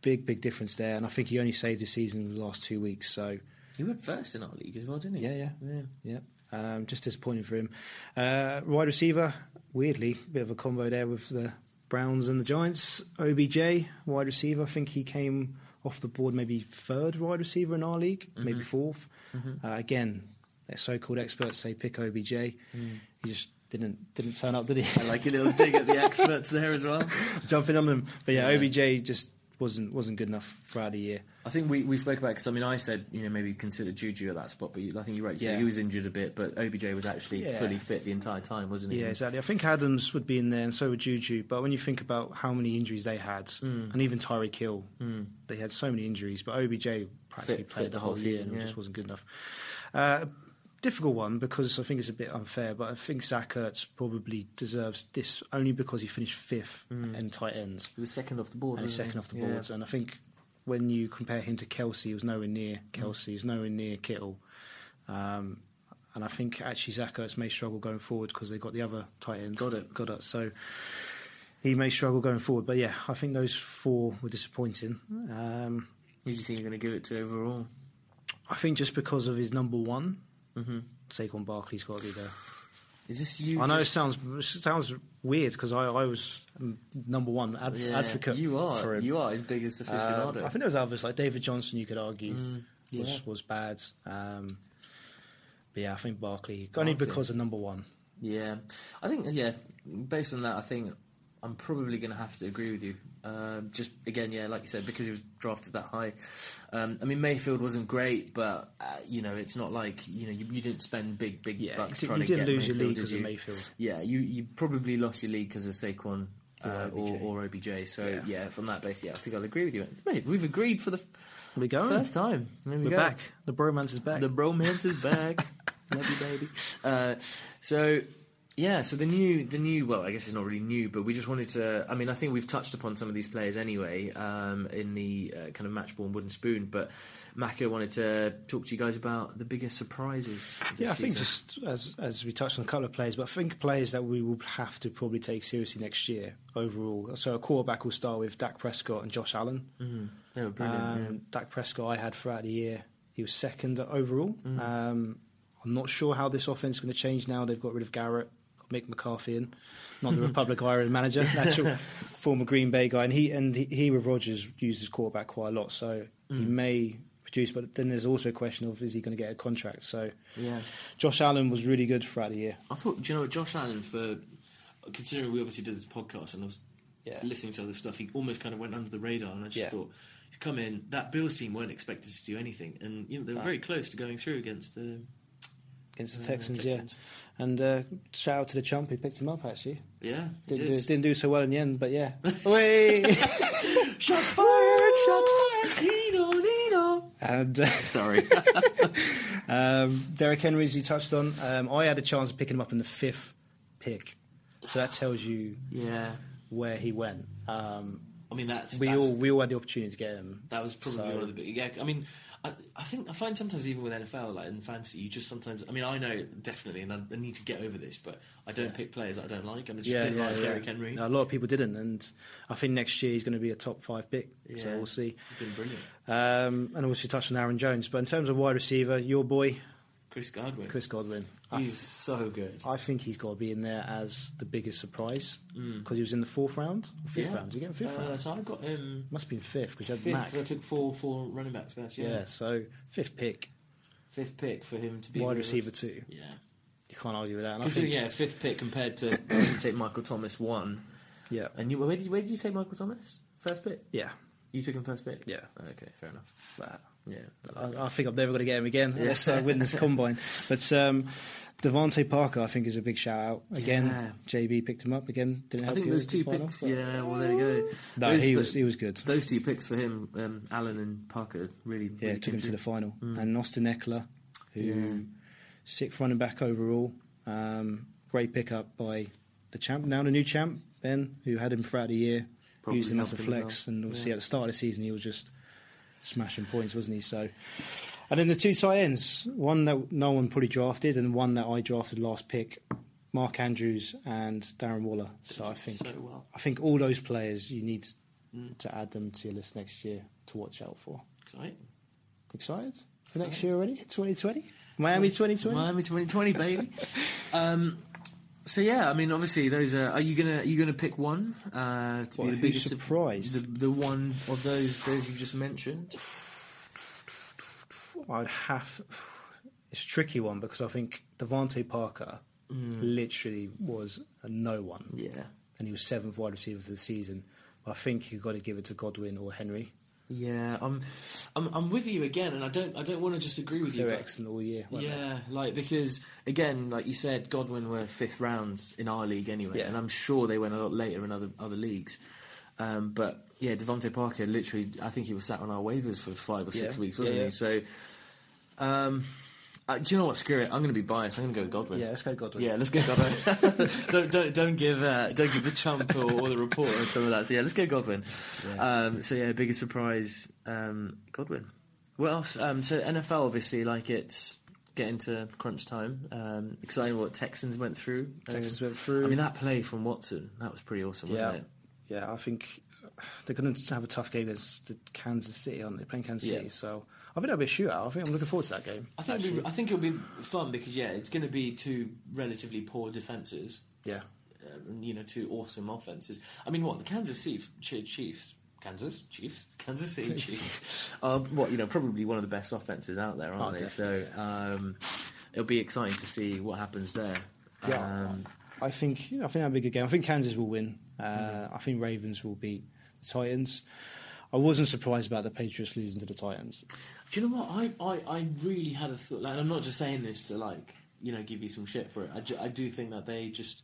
big, big difference there. And I think he only saved his season in the last two weeks. So
He went first in our league as well, didn't he?
yeah, yeah, yeah. Um, just disappointing for him. Uh, wide receiver, weirdly, bit of a combo there with the Browns and the Giants. OBJ, wide receiver. I think he came off the board maybe third wide receiver in our league, maybe 4th Uh, again, their so-called experts say pick OBJ. He just didn't didn't turn up, did he?
I like your little dig at the experts there as well. *laughs*
Jumping on them, but yeah, OBJ just wasn't wasn't good enough throughout the year.
I think we, we spoke about because I mean I said you know maybe consider Juju at that spot, but you, I think you're right. You said
Yeah.
he was injured a bit, but OBJ was actually
Yeah.
fully fit the entire time, wasn't he?
Yeah, exactly. I think Adams would be in there, and so would Juju. But when you think about how many injuries they had,
Mm.
and even Tyreek Hill, they had so many injuries. But OBJ practically
Fit- fit
played the,
the
whole
whole
year,
season,
and it
yeah.
just wasn't good enough. Uh, difficult one because I think it's a bit unfair. But I think Zach Ertz probably deserves this only because he finished fifth
Mm.
in tight ends
He was second off the board.
and he's
wasn't
second off the
he?
boards. And I think when you compare him to Kelsey, he was nowhere near
Mm.
Kelsey, he was nowhere near Kittle. Um, and I think actually Zach Ertz may struggle going forward because they've got the other tight end. Got it. Got it. So he may struggle going forward. But yeah, I think those four were disappointing. Um,
Who do you think you're going to give it to overall?
I think just because of his number one, Saquon Barkley's got to be there.
Is this Mm-hmm. you?
I know it
just-
sounds it sounds weird because I, I was um, number one adv-
Yeah.
advocate.
You are.
for him.
You are his biggest
Um,
aficionado.
I think there was others like David Johnson. You could argue
yeah.
was was bad. Um, but yeah, I think Barkley only because of number one.
Yeah, I think yeah. Based on that, I think I'm probably going to have to agree with you. Um, just again, yeah, like you said, because he was drafted that high. Um, I mean, Mayfield wasn't great, but uh, you know, it's not like you know you, you didn't spend big big
Yeah,
bucks
you
trying
didn't-
to
you didn't
get
lose your
Mayfield,
league
did
'cause of
you?
Mayfield.
Yeah, you you probably lost your league because of Saquon. Uh, or,
OBJ.
or OBJ, so yeah. from that base, yeah, I think I'll agree with you. Mate, we've agreed for the f-
We're going.
first time. There we
We're
go.
back. The bromance is back.
The bromance is back. Love you, baby. Uh, so yeah, so the new, the new. Well, I guess it's not really new, but we just wanted to. I mean, I think we've touched upon some of these players anyway um, in the uh, kind of matchborn wooden spoon. But Maka wanted to talk to you guys about the biggest surprises. This
yeah, I think
season.
just as as we touched on a couple of players, but I think players that we will have to probably take seriously next year overall. So a quarterback will start with Dak Prescott and Josh Allen.
they were brilliant. yeah.
Um, Dak Prescott, I had throughout the year. He was second overall.
Mm.
Um, I'm not sure how this offense is going to change now. They've got rid of Garrett, got Mick McCarthy in, not
*laughs*
the Republic of Ireland manager, natural former Green Bay guy, and he and he, he with Rogers uses quarterback quite a lot, so he
Mm.
may produce. But then there's also a question of is he going to get a contract? So
Yeah.
Josh Allen was really good throughout the year.
I thought, do you know, what, Josh Allen for considering we obviously did this podcast and I was
Yeah.
listening to other stuff, he almost kind of went under the radar, and I just
Yeah.
thought he's come in. That Bills team weren't expected to do anything, and you know they were very close to going through against the.
Against the
Uh,
Texans,
Texans.
yeah, and uh, shout out to the chump who picked him up. Actually,
Yeah, he
didn't
did.
do, didn't do so well in the end, but
*laughs*
yeah. *laughs* Away!
Shots fired! Shots fired! Nino, Nino.
And
*laughs*
uh, sorry, *laughs* um, Derek Henry, as you touched on, um, I had a chance of picking him up in the fifth pick, so that tells you
Yeah,
where he went. Um,
I mean that's
we
that's,
all we all had the opportunity to get him.
That was probably
So-
one of the big. Yeah, I mean, I, I think I find sometimes even with NFL like in fantasy you just sometimes I mean I know definitely and I, I need to get over this but I don't pick players that I don't like and I just didn't like Derrick Henry
No, a lot of people didn't, and I think next year he's going to be a top five pick. So
Yeah.
we'll see.
he's been brilliant
Um, and obviously touched on Aaron Jones, but in terms of wide receiver, your boy
Chris Godwin
Chris Godwin. I,
he's so good
I think he's got to be in there as the biggest surprise because he was in the fourth round, or fifth round. Did you get him fifth
Hmm. Uh,
round?
so I got him
Must have been fifth because you had
fifth
Mac.
'cause I took four four running backs first yeah,
yeah, so fifth pick,
fifth pick for him to be
wide
with us.
receiver two.
yeah
You can't argue with that. And I
considering
think,
yeah fifth pick compared to *coughs* you take Michael Thomas one
yeah,
and you where did you, where did you say Michael Thomas first pick
yeah,
you took him first pick
Yeah.
okay fair enough
But
yeah
I, I think I'm never going to get him again unless I
*laughs*
win this combine. But um, Devontae Parker, I think, is a big shout out. Again,
Yeah.
JB picked him up again. Didn't
I
help
think
you
those
in the
two
final,
picks.
so-
Yeah, well, there you go.
No,
Those-
he
tho-
was he was good.
Those two picks for him, um, Allen and Parker, really.
Yeah,
really Mm.
took him to
came
the
through.
final. And Austin Eckler, who sixth running back overall, um, great pickup by the champ. Now the new champ Ben, who had him throughout the year,
Probably
used him as a
helped him as
flex,
well.
and obviously at the start of the season he was just smashing points, wasn't he? So, and then the two tight ends, one that no one probably drafted, and one that I drafted last pick. Mark Andrews and Darren Waller. So I think
so Mm. well.
I think all those players you need to add them to your list next year to watch out for.
Exciting.
Excited for next year already? 2020? Miami 2020?
Miami
*laughs*
2020, baby. um, so yeah, I mean, obviously, those are. Are you gonna are you gonna pick one uh, to
Well,
be the
who's
biggest
surprised?
The, the one of those those you just mentioned.
I'd have. It's a tricky one because I think Devontae Parker literally was a no one.
Mm. Yeah.
And he was seventh wide receiver for the season. I think you've got to give it to Godwin or Henry.
Yeah, I'm, I'm, I'm with you again, and I don't, I don't want to just agree with
They
you.
were
but-
excellent all year. weren't they?
Yeah, like because again, like you said, Godwin were fifth rounds in our league anyway,
Yeah.
and I'm sure they went a lot later in other other leagues. Um, but yeah, Devonte Parker literally, I think he was sat on our waivers for five or six
Yeah.
weeks,
Yeah,
wasn't
yeah.
he? So, um, uh, do you know what? Screw it. I'm going to be biased. I'm going to go with Godwin.
Yeah, let's go Godwin.
Yeah, let's go Godwin. *laughs* don't don't don't give uh, don't give the chump or, or the report or some of that. So yeah, let's go Godwin. Um, so yeah, biggest surprise, um, Godwin. What else? Um, so NFL obviously like it's getting to crunch time. Um, exciting what Texans went through.
Texans
Um,
went through.
I mean that play from Watson that was pretty awesome, wasn't
yeah.
it?
Yeah, I think they're going to have a tough game against the Kansas City, aren't they? Playing Kansas
Yeah.
City. So I think that'll be a shootout. I think I'm looking forward to that game.
I think it'll be, I think it'll be fun because yeah, it's going to be two relatively poor defenses.
Yeah.
um, you know, two awesome offenses. I mean, what the Kansas City Ch- Chiefs, Kansas Chiefs, *laughs* Kansas City Chiefs, are what you know probably one of the best offenses out there, aren't
Oh,
they? So um, it'll be exciting to see what happens there.
Yeah.
Um,
I think you know, I think that'll be a good game. I think Kansas will win. Uh, I think Ravens will beat the Titans. I wasn't surprised about the Patriots losing to the Titans.
do you know what? I, I, I really had a thought. Like, and I'm not just saying this to like you know give you some shit for it. I, ju- I do think that they just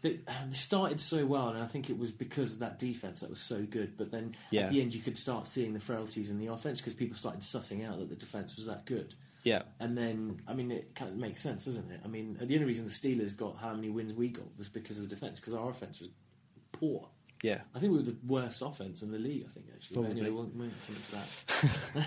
they, um, they started so well, and I think it was because of that defense that was so good. But then
Yeah.
at the end, you could start seeing the frailties in the offense because people started sussing out that the defense was that good.
Yeah.
And then, I mean, it kind of makes sense, doesn't it? I mean, the only reason the Steelers got how many wins we got was because of the defense, because our offense was poor.
Yeah.
I think we were the worst offense in the league. I think actually. But Anyway, we'll move on to
*laughs*
that.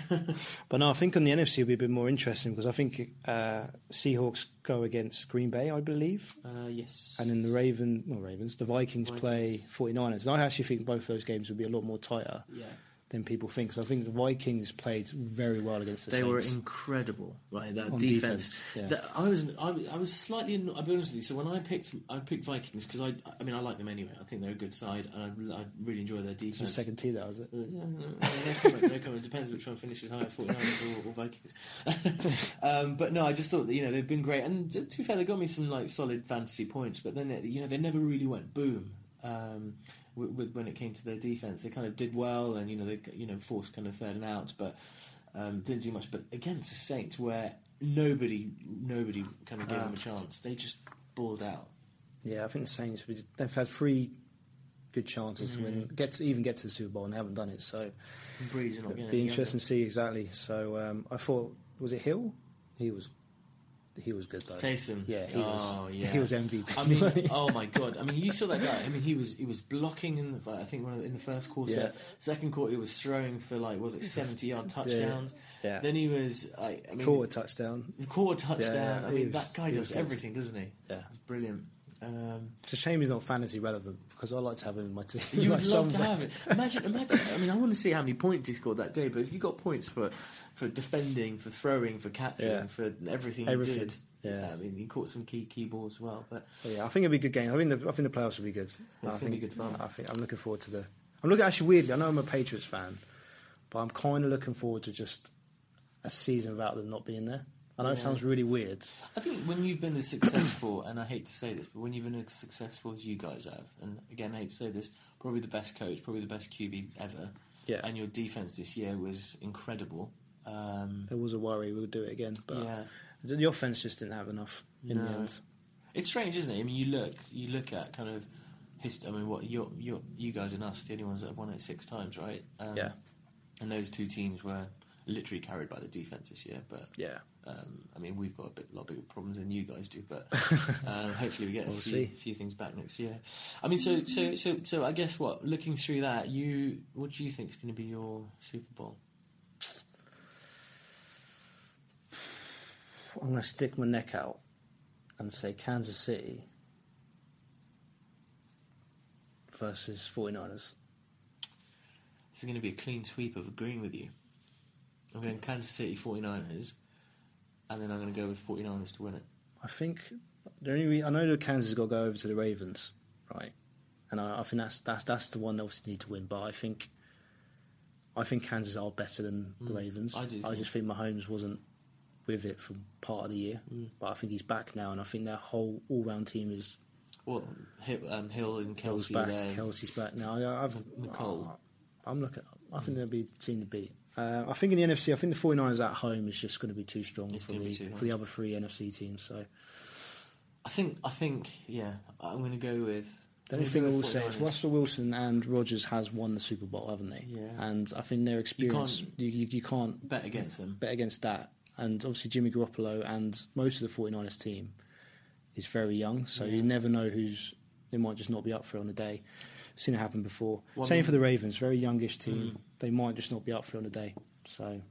But no, I think on the NFC it'll be a bit more interesting because I think uh, Seahawks go against Green Bay, I believe,
Uh, yes.
and then the Raven, not Ravens, the Vikings, play 49ers. And I actually think both those games will be a lot more tighter
Yeah.
than people think. So I think the Vikings played very well against the
They
Saints.
were incredible, right? That
On
defense.
defense, yeah.
That- I was, I was, I was slightly. Anno- I'll be honest with you. So when I picked, I picked Vikings because I, I mean, I like them anyway. I think they're a good side, and I, I really enjoy their
Just
defense.
second tier, that was it.
no comment, no comment. Depends which one finishes higher, 49ers or, or Vikings. *laughs* um, but no, I just thought that, you know, they've been great. And to be fair, they got me some, like, solid fantasy points, but then, it, you know, they never really went boom um, with, with, when it came to their defence. They kind of did well and, you know, they, you know, forced kind of third and out, but um, didn't do much. But again, it's the Saints where nobody, nobody kind of gave them a chance. They just balled out.
Yeah, I think the Saints. we- They've had three good chances to win, get to, even get to the Super Bowl, and they haven't done it. So
Breeze are not
it'd
getting
be
any
interesting
younger.
to see exactly. So um, I thought, was it Hill? He was he was good though.
Taysom.
Yeah, he
oh,
was.
Yeah.
*laughs* He was MVP.
I
*laughs*
mean, oh my god! I mean, you saw that guy. I mean, he was he was blocking in the, I think one of the, in the first quarter.
Yeah.
Second quarter, he was throwing for like
*laughs*
was it seventy yard touchdowns.
Yeah.
Then he was like, I mean,
quarter touchdown.
quarter touchdown.
Yeah, yeah,
I
he
mean,
was-
that guy
he
does
was good.
everything, doesn't he?
Yeah.
It's brilliant.
*laughs*
Um,
It's a shame he's not fantasy relevant because I like to have him in my team. *laughs*
you
like
would love to
somewhere.
have it. Imagine, imagine. I mean, I want to see how many points he scored that day. But if you got points for, for defending, for throwing, for catching,
Yeah.
for everything,
Everything.
he did.
Yeah.
I mean, he caught some key key balls as well. But
But yeah, I think it'll be a good game. I think the, I think the playoffs will be good. I
gonna
think,
be good fun.
I think I'm looking forward to the. I'm looking actually weirdly. I know I'm a Patriots fan, but I'm kind of looking forward to just a season without them not being there. I know it sounds really weird.
I think when you've been as successful, and I hate to say this, but when you've been as successful as you guys have, and again, I hate to say this, probably the best coach, probably the best QB ever,
Yeah.
and your defense this year was incredible. Um,
There was a worry we would do it again, but
Yeah.
the the offense just didn't have enough in the
No.
end.
it's strange, isn't it? I mean, you look, you look at kind of his. I mean, what you you you guys and us, the only ones that have won it six times, right? Um,
Yeah.
And those two teams were literally carried by the defense this year, but
Yeah.
Um, I mean, we've got a bit, lot bigger problems than you guys do,
*laughs*
but um, hopefully we get a
We'll
few,
see.
few things back next year. I mean, so so so so I guess what looking through that, you what do you think is going to be your Super Bowl?
I'm going to stick my neck out and say Kansas City versus 49ers.
This is going to be a clean sweep of agreeing with you. I'm going Kansas City 49ers, and then I'm going to go with 49ers to win it.
I think the only re- I know that Kansas has got to go over to the Ravens, right? And I, I think that's that's that's the one they obviously need to win. But I think I think Kansas are better than the Ravens.
Mm, I do
I
think-
just think Mahomes wasn't with it for part of the year,
Mm.
but I think he's back now, and I think their whole all round team is
Well, Hill, um, Hill and
Kelsey's
Kelsey
back.
there.
Kelsey's back now. I, I've
Nicole. Mm.
I, am looking. I think they'll be the team to beat. Uh, I think in the NFC, I think the 49ers at home is just going to be too strong
It's
for
gonna be
the
too
for the other three NFC teams. So
I think I think yeah, I'm going to go with.
The
I'm
only thing
gonna go
I will
with
say is
49ers.
Russell Wilson and Rogers has won the Super Bowl, haven't they?
Yeah.
And I think their experience
can't-
you, you, you can't
bet against them.
bet against that. And obviously Jimmy Garoppolo and most of the 49ers team is very young, so you never know who's they might just not be up for it on the day. Seen it happen before.
Well, I
Same
mean- Mm.
for the Ravens, very youngish team. They might just not be up for it on the day. So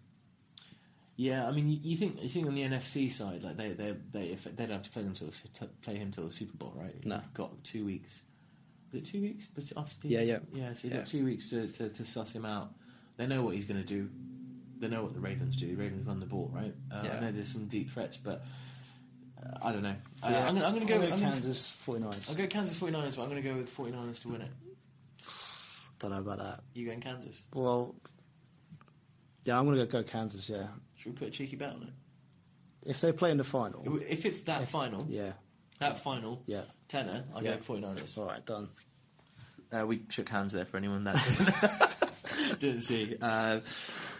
Yeah, I mean, you- you think you think on the NFC side, like they they they if they'd have to play themselves to play him till the Super Bowl, right?
No.
You've got two weeks. Is it two weeks? But after the-
Yeah, yeah.
yeah. So you've
Yeah.
got two weeks to, to, to suss him out. They know what he's going to do. They know what the Ravens do. The Ravens run the ball, right? Uh,
Yeah.
I know there's some deep threats, but uh, I don't know. Uh, I'm, gonna, I'm gonna go.
I'll
I'm gonna-
Kansas 49ers.
I'll go Kansas 49ers, but I'm gonna go with 49ers to win it.
Don't know about that.
You going Kansas?
Well yeah, I'm gonna go, go Kansas, yeah.
Should we put a cheeky bet on it?
If they play in the final,
If it's that final,
yeah.
that final,
Yeah.
tenner, I'll
Yeah.
go 49ers.
All right, done.
Uh, we shook hands there for anyone that
*laughs*
didn't see. Uh,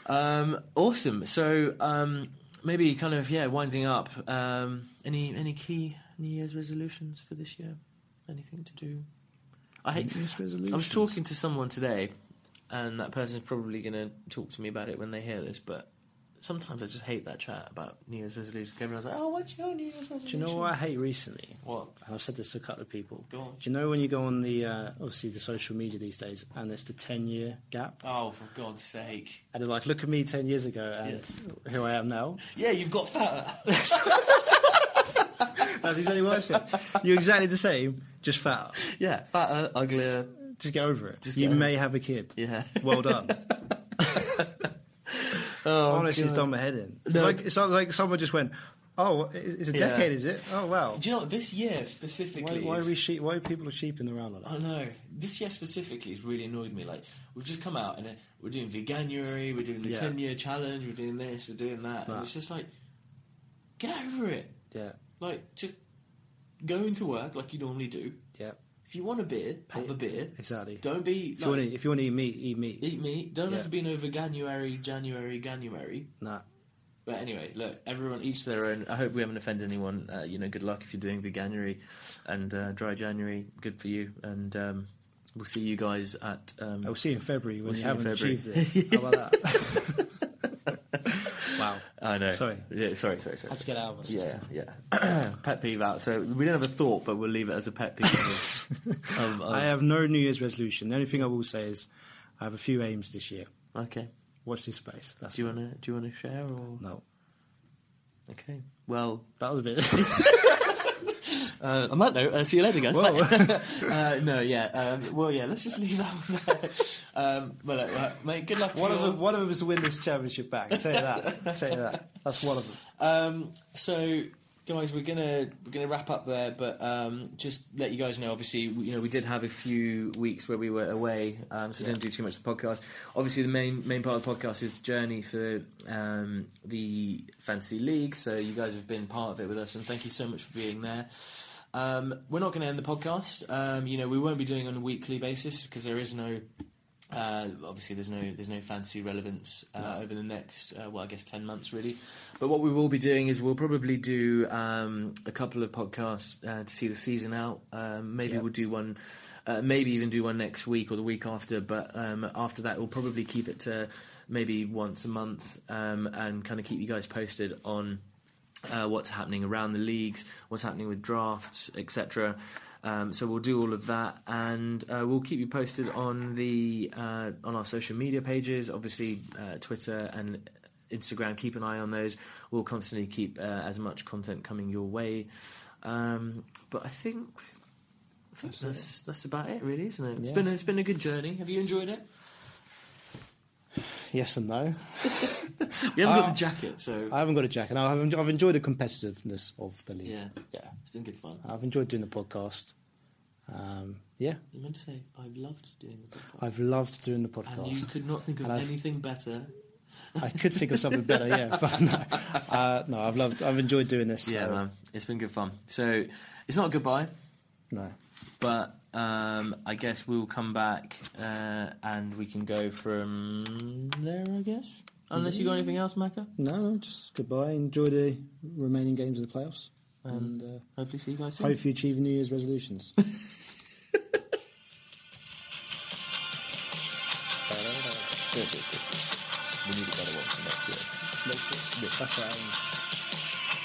um, awesome. So um, maybe kind of yeah, winding up. Um, any any key New Year's resolutions for this year? Anything to do? I hate.
Year's
I was
resolutions?
talking to someone today, and that person's probably going to talk to me about it when they hear this. But sometimes I just hate that chat about New Year's resolutions. Everyone's like, "Oh, what's your New Year's resolution?"
Do you know what I hate recently?
What?
And I've said this to a couple of people.
Go on.
Do you know when you go on the uh, obviously the social media these days, and it's the ten year gap,
Oh, for God's sake!
and they're like, look at me ten years ago and here I am now.
Yeah, you've got fatter.
That's exactly what I
*laughs*
said. You're exactly the same, just fatter.
yeah, fatter, uglier.
Just get over it.
Just
you
get over
may have a kid.
Yeah.
Well done. Honestly, it's
Oh, God.
done my head in. It's
No.
like it's not like someone just went, oh, it- it's a
Yeah.
decade, is it? Oh wow.
*laughs* Do you know what, this year
Why,
specifically?
why are
is-
we sheep? Why are people sheeping around like that?
I know this year specifically has really annoyed me. Like we've just come out and uh, we're doing Veganuary, we're doing the
Yeah.
ten year challenge, we're doing this, we're doing that, and
Right.
it's just like get over it.
Yeah.
Like just go into work like you normally do.
Yeah.
If you want a beer, have a beer.
Exactly.
Don't be.
If you want
like,
to, if you want to eat meat, eat meat.
Eat meat. Don't
Yeah.
have to be no Veganuary, January, January.
Nah.
But anyway, look, everyone each to their own. I hope we haven't offended anyone. Uh, you know, good luck if you're doing veganuary and uh, dry January. Good for you, and um, we'll see you guys at. Um,
I'll see you in February when
see
you
you in
haven't
February. *laughs*
achieved it. How about that? wow.
I know.
Sorry.
Yeah, sorry, sorry, sorry.
Had to get out of us.
Yeah, yeah. *clears throat* pet peeve out. So we don't have a thought, but we'll leave it as a pet
*laughs*
peeve. um,
I have no New Year's resolution. The only thing I will say is I have a few aims this year.
okay.
Watch this space. That's
Do you wanna do you wanna share or
no.
Okay. Well,
That was a bit.
*laughs*
uh, on that note, uh, see you later, guys. Bye. *laughs* uh, no, yeah. Um, well, yeah. Let's just leave that one there. Um, well, uh, well, mate. Good luck.
One
to
of
you
them, one of them is to win this championship back. I'll tell you that. I'll tell you that. That's one of them.
Um, so, guys, we're gonna we're gonna wrap up there, but um, just let you guys know. Obviously, we- you know we did have a few weeks where we were away, um, so didn't do too much of the podcast. Obviously, the main main part of the podcast is the journey for um, the fantasy league. So you guys have been part of it with us, and thank you so much for being there. Um, we're not going to end the podcast. Um, you know, we won't be doing it on a weekly basis because there is no uh, obviously, there's no there's no fancy relevance uh, over the next uh, well, I guess ten months really. But what we will be doing is we'll probably do um, a couple of podcasts uh, to see the season out. Um, maybe we'll do one, uh, maybe even do one next week or the week after. But um, after that, we'll probably keep it to maybe once a month um, and kind of keep you guys posted on uh, what's happening around the leagues, what's happening with drafts, etc. Um, so we'll do all of that, and uh, we'll keep you posted on the uh, on our social media pages, obviously uh, Twitter and Instagram. Keep an eye on those. We'll constantly keep uh, as much content coming your way. Um, but I think, I think that's that's, about it, really, isn't it? It's been it's been a good journey. Have you enjoyed it?
yes and no.
We haven't got the jacket, so
I haven't got a jacket. I've, en- I've enjoyed the competitiveness of the league.
yeah,
Yeah.
it's been good fun.
I've enjoyed doing the podcast. Um, yeah.
You meant to say I've loved doing the podcast.
I've loved doing the
And you
podcast.
could not think of
I've-
anything better.
I could think of something better, yeah. *laughs* But no, uh, no, I've loved. I've enjoyed doing this.
Yeah,
so,
man, it's been good fun. So it's not a goodbye,
No.
but um, I guess we'll come back uh, and we can go from there. I guess, unless you got anything else, Maka.
No, no, just goodbye. Enjoy the remaining games of the playoffs,
Mm.
and uh,
Hopefully, see you guys soon.
hope you achieve New Year's
*laughs*
*laughs*
resolutions.
We need a better one for next year.
That's what I mean.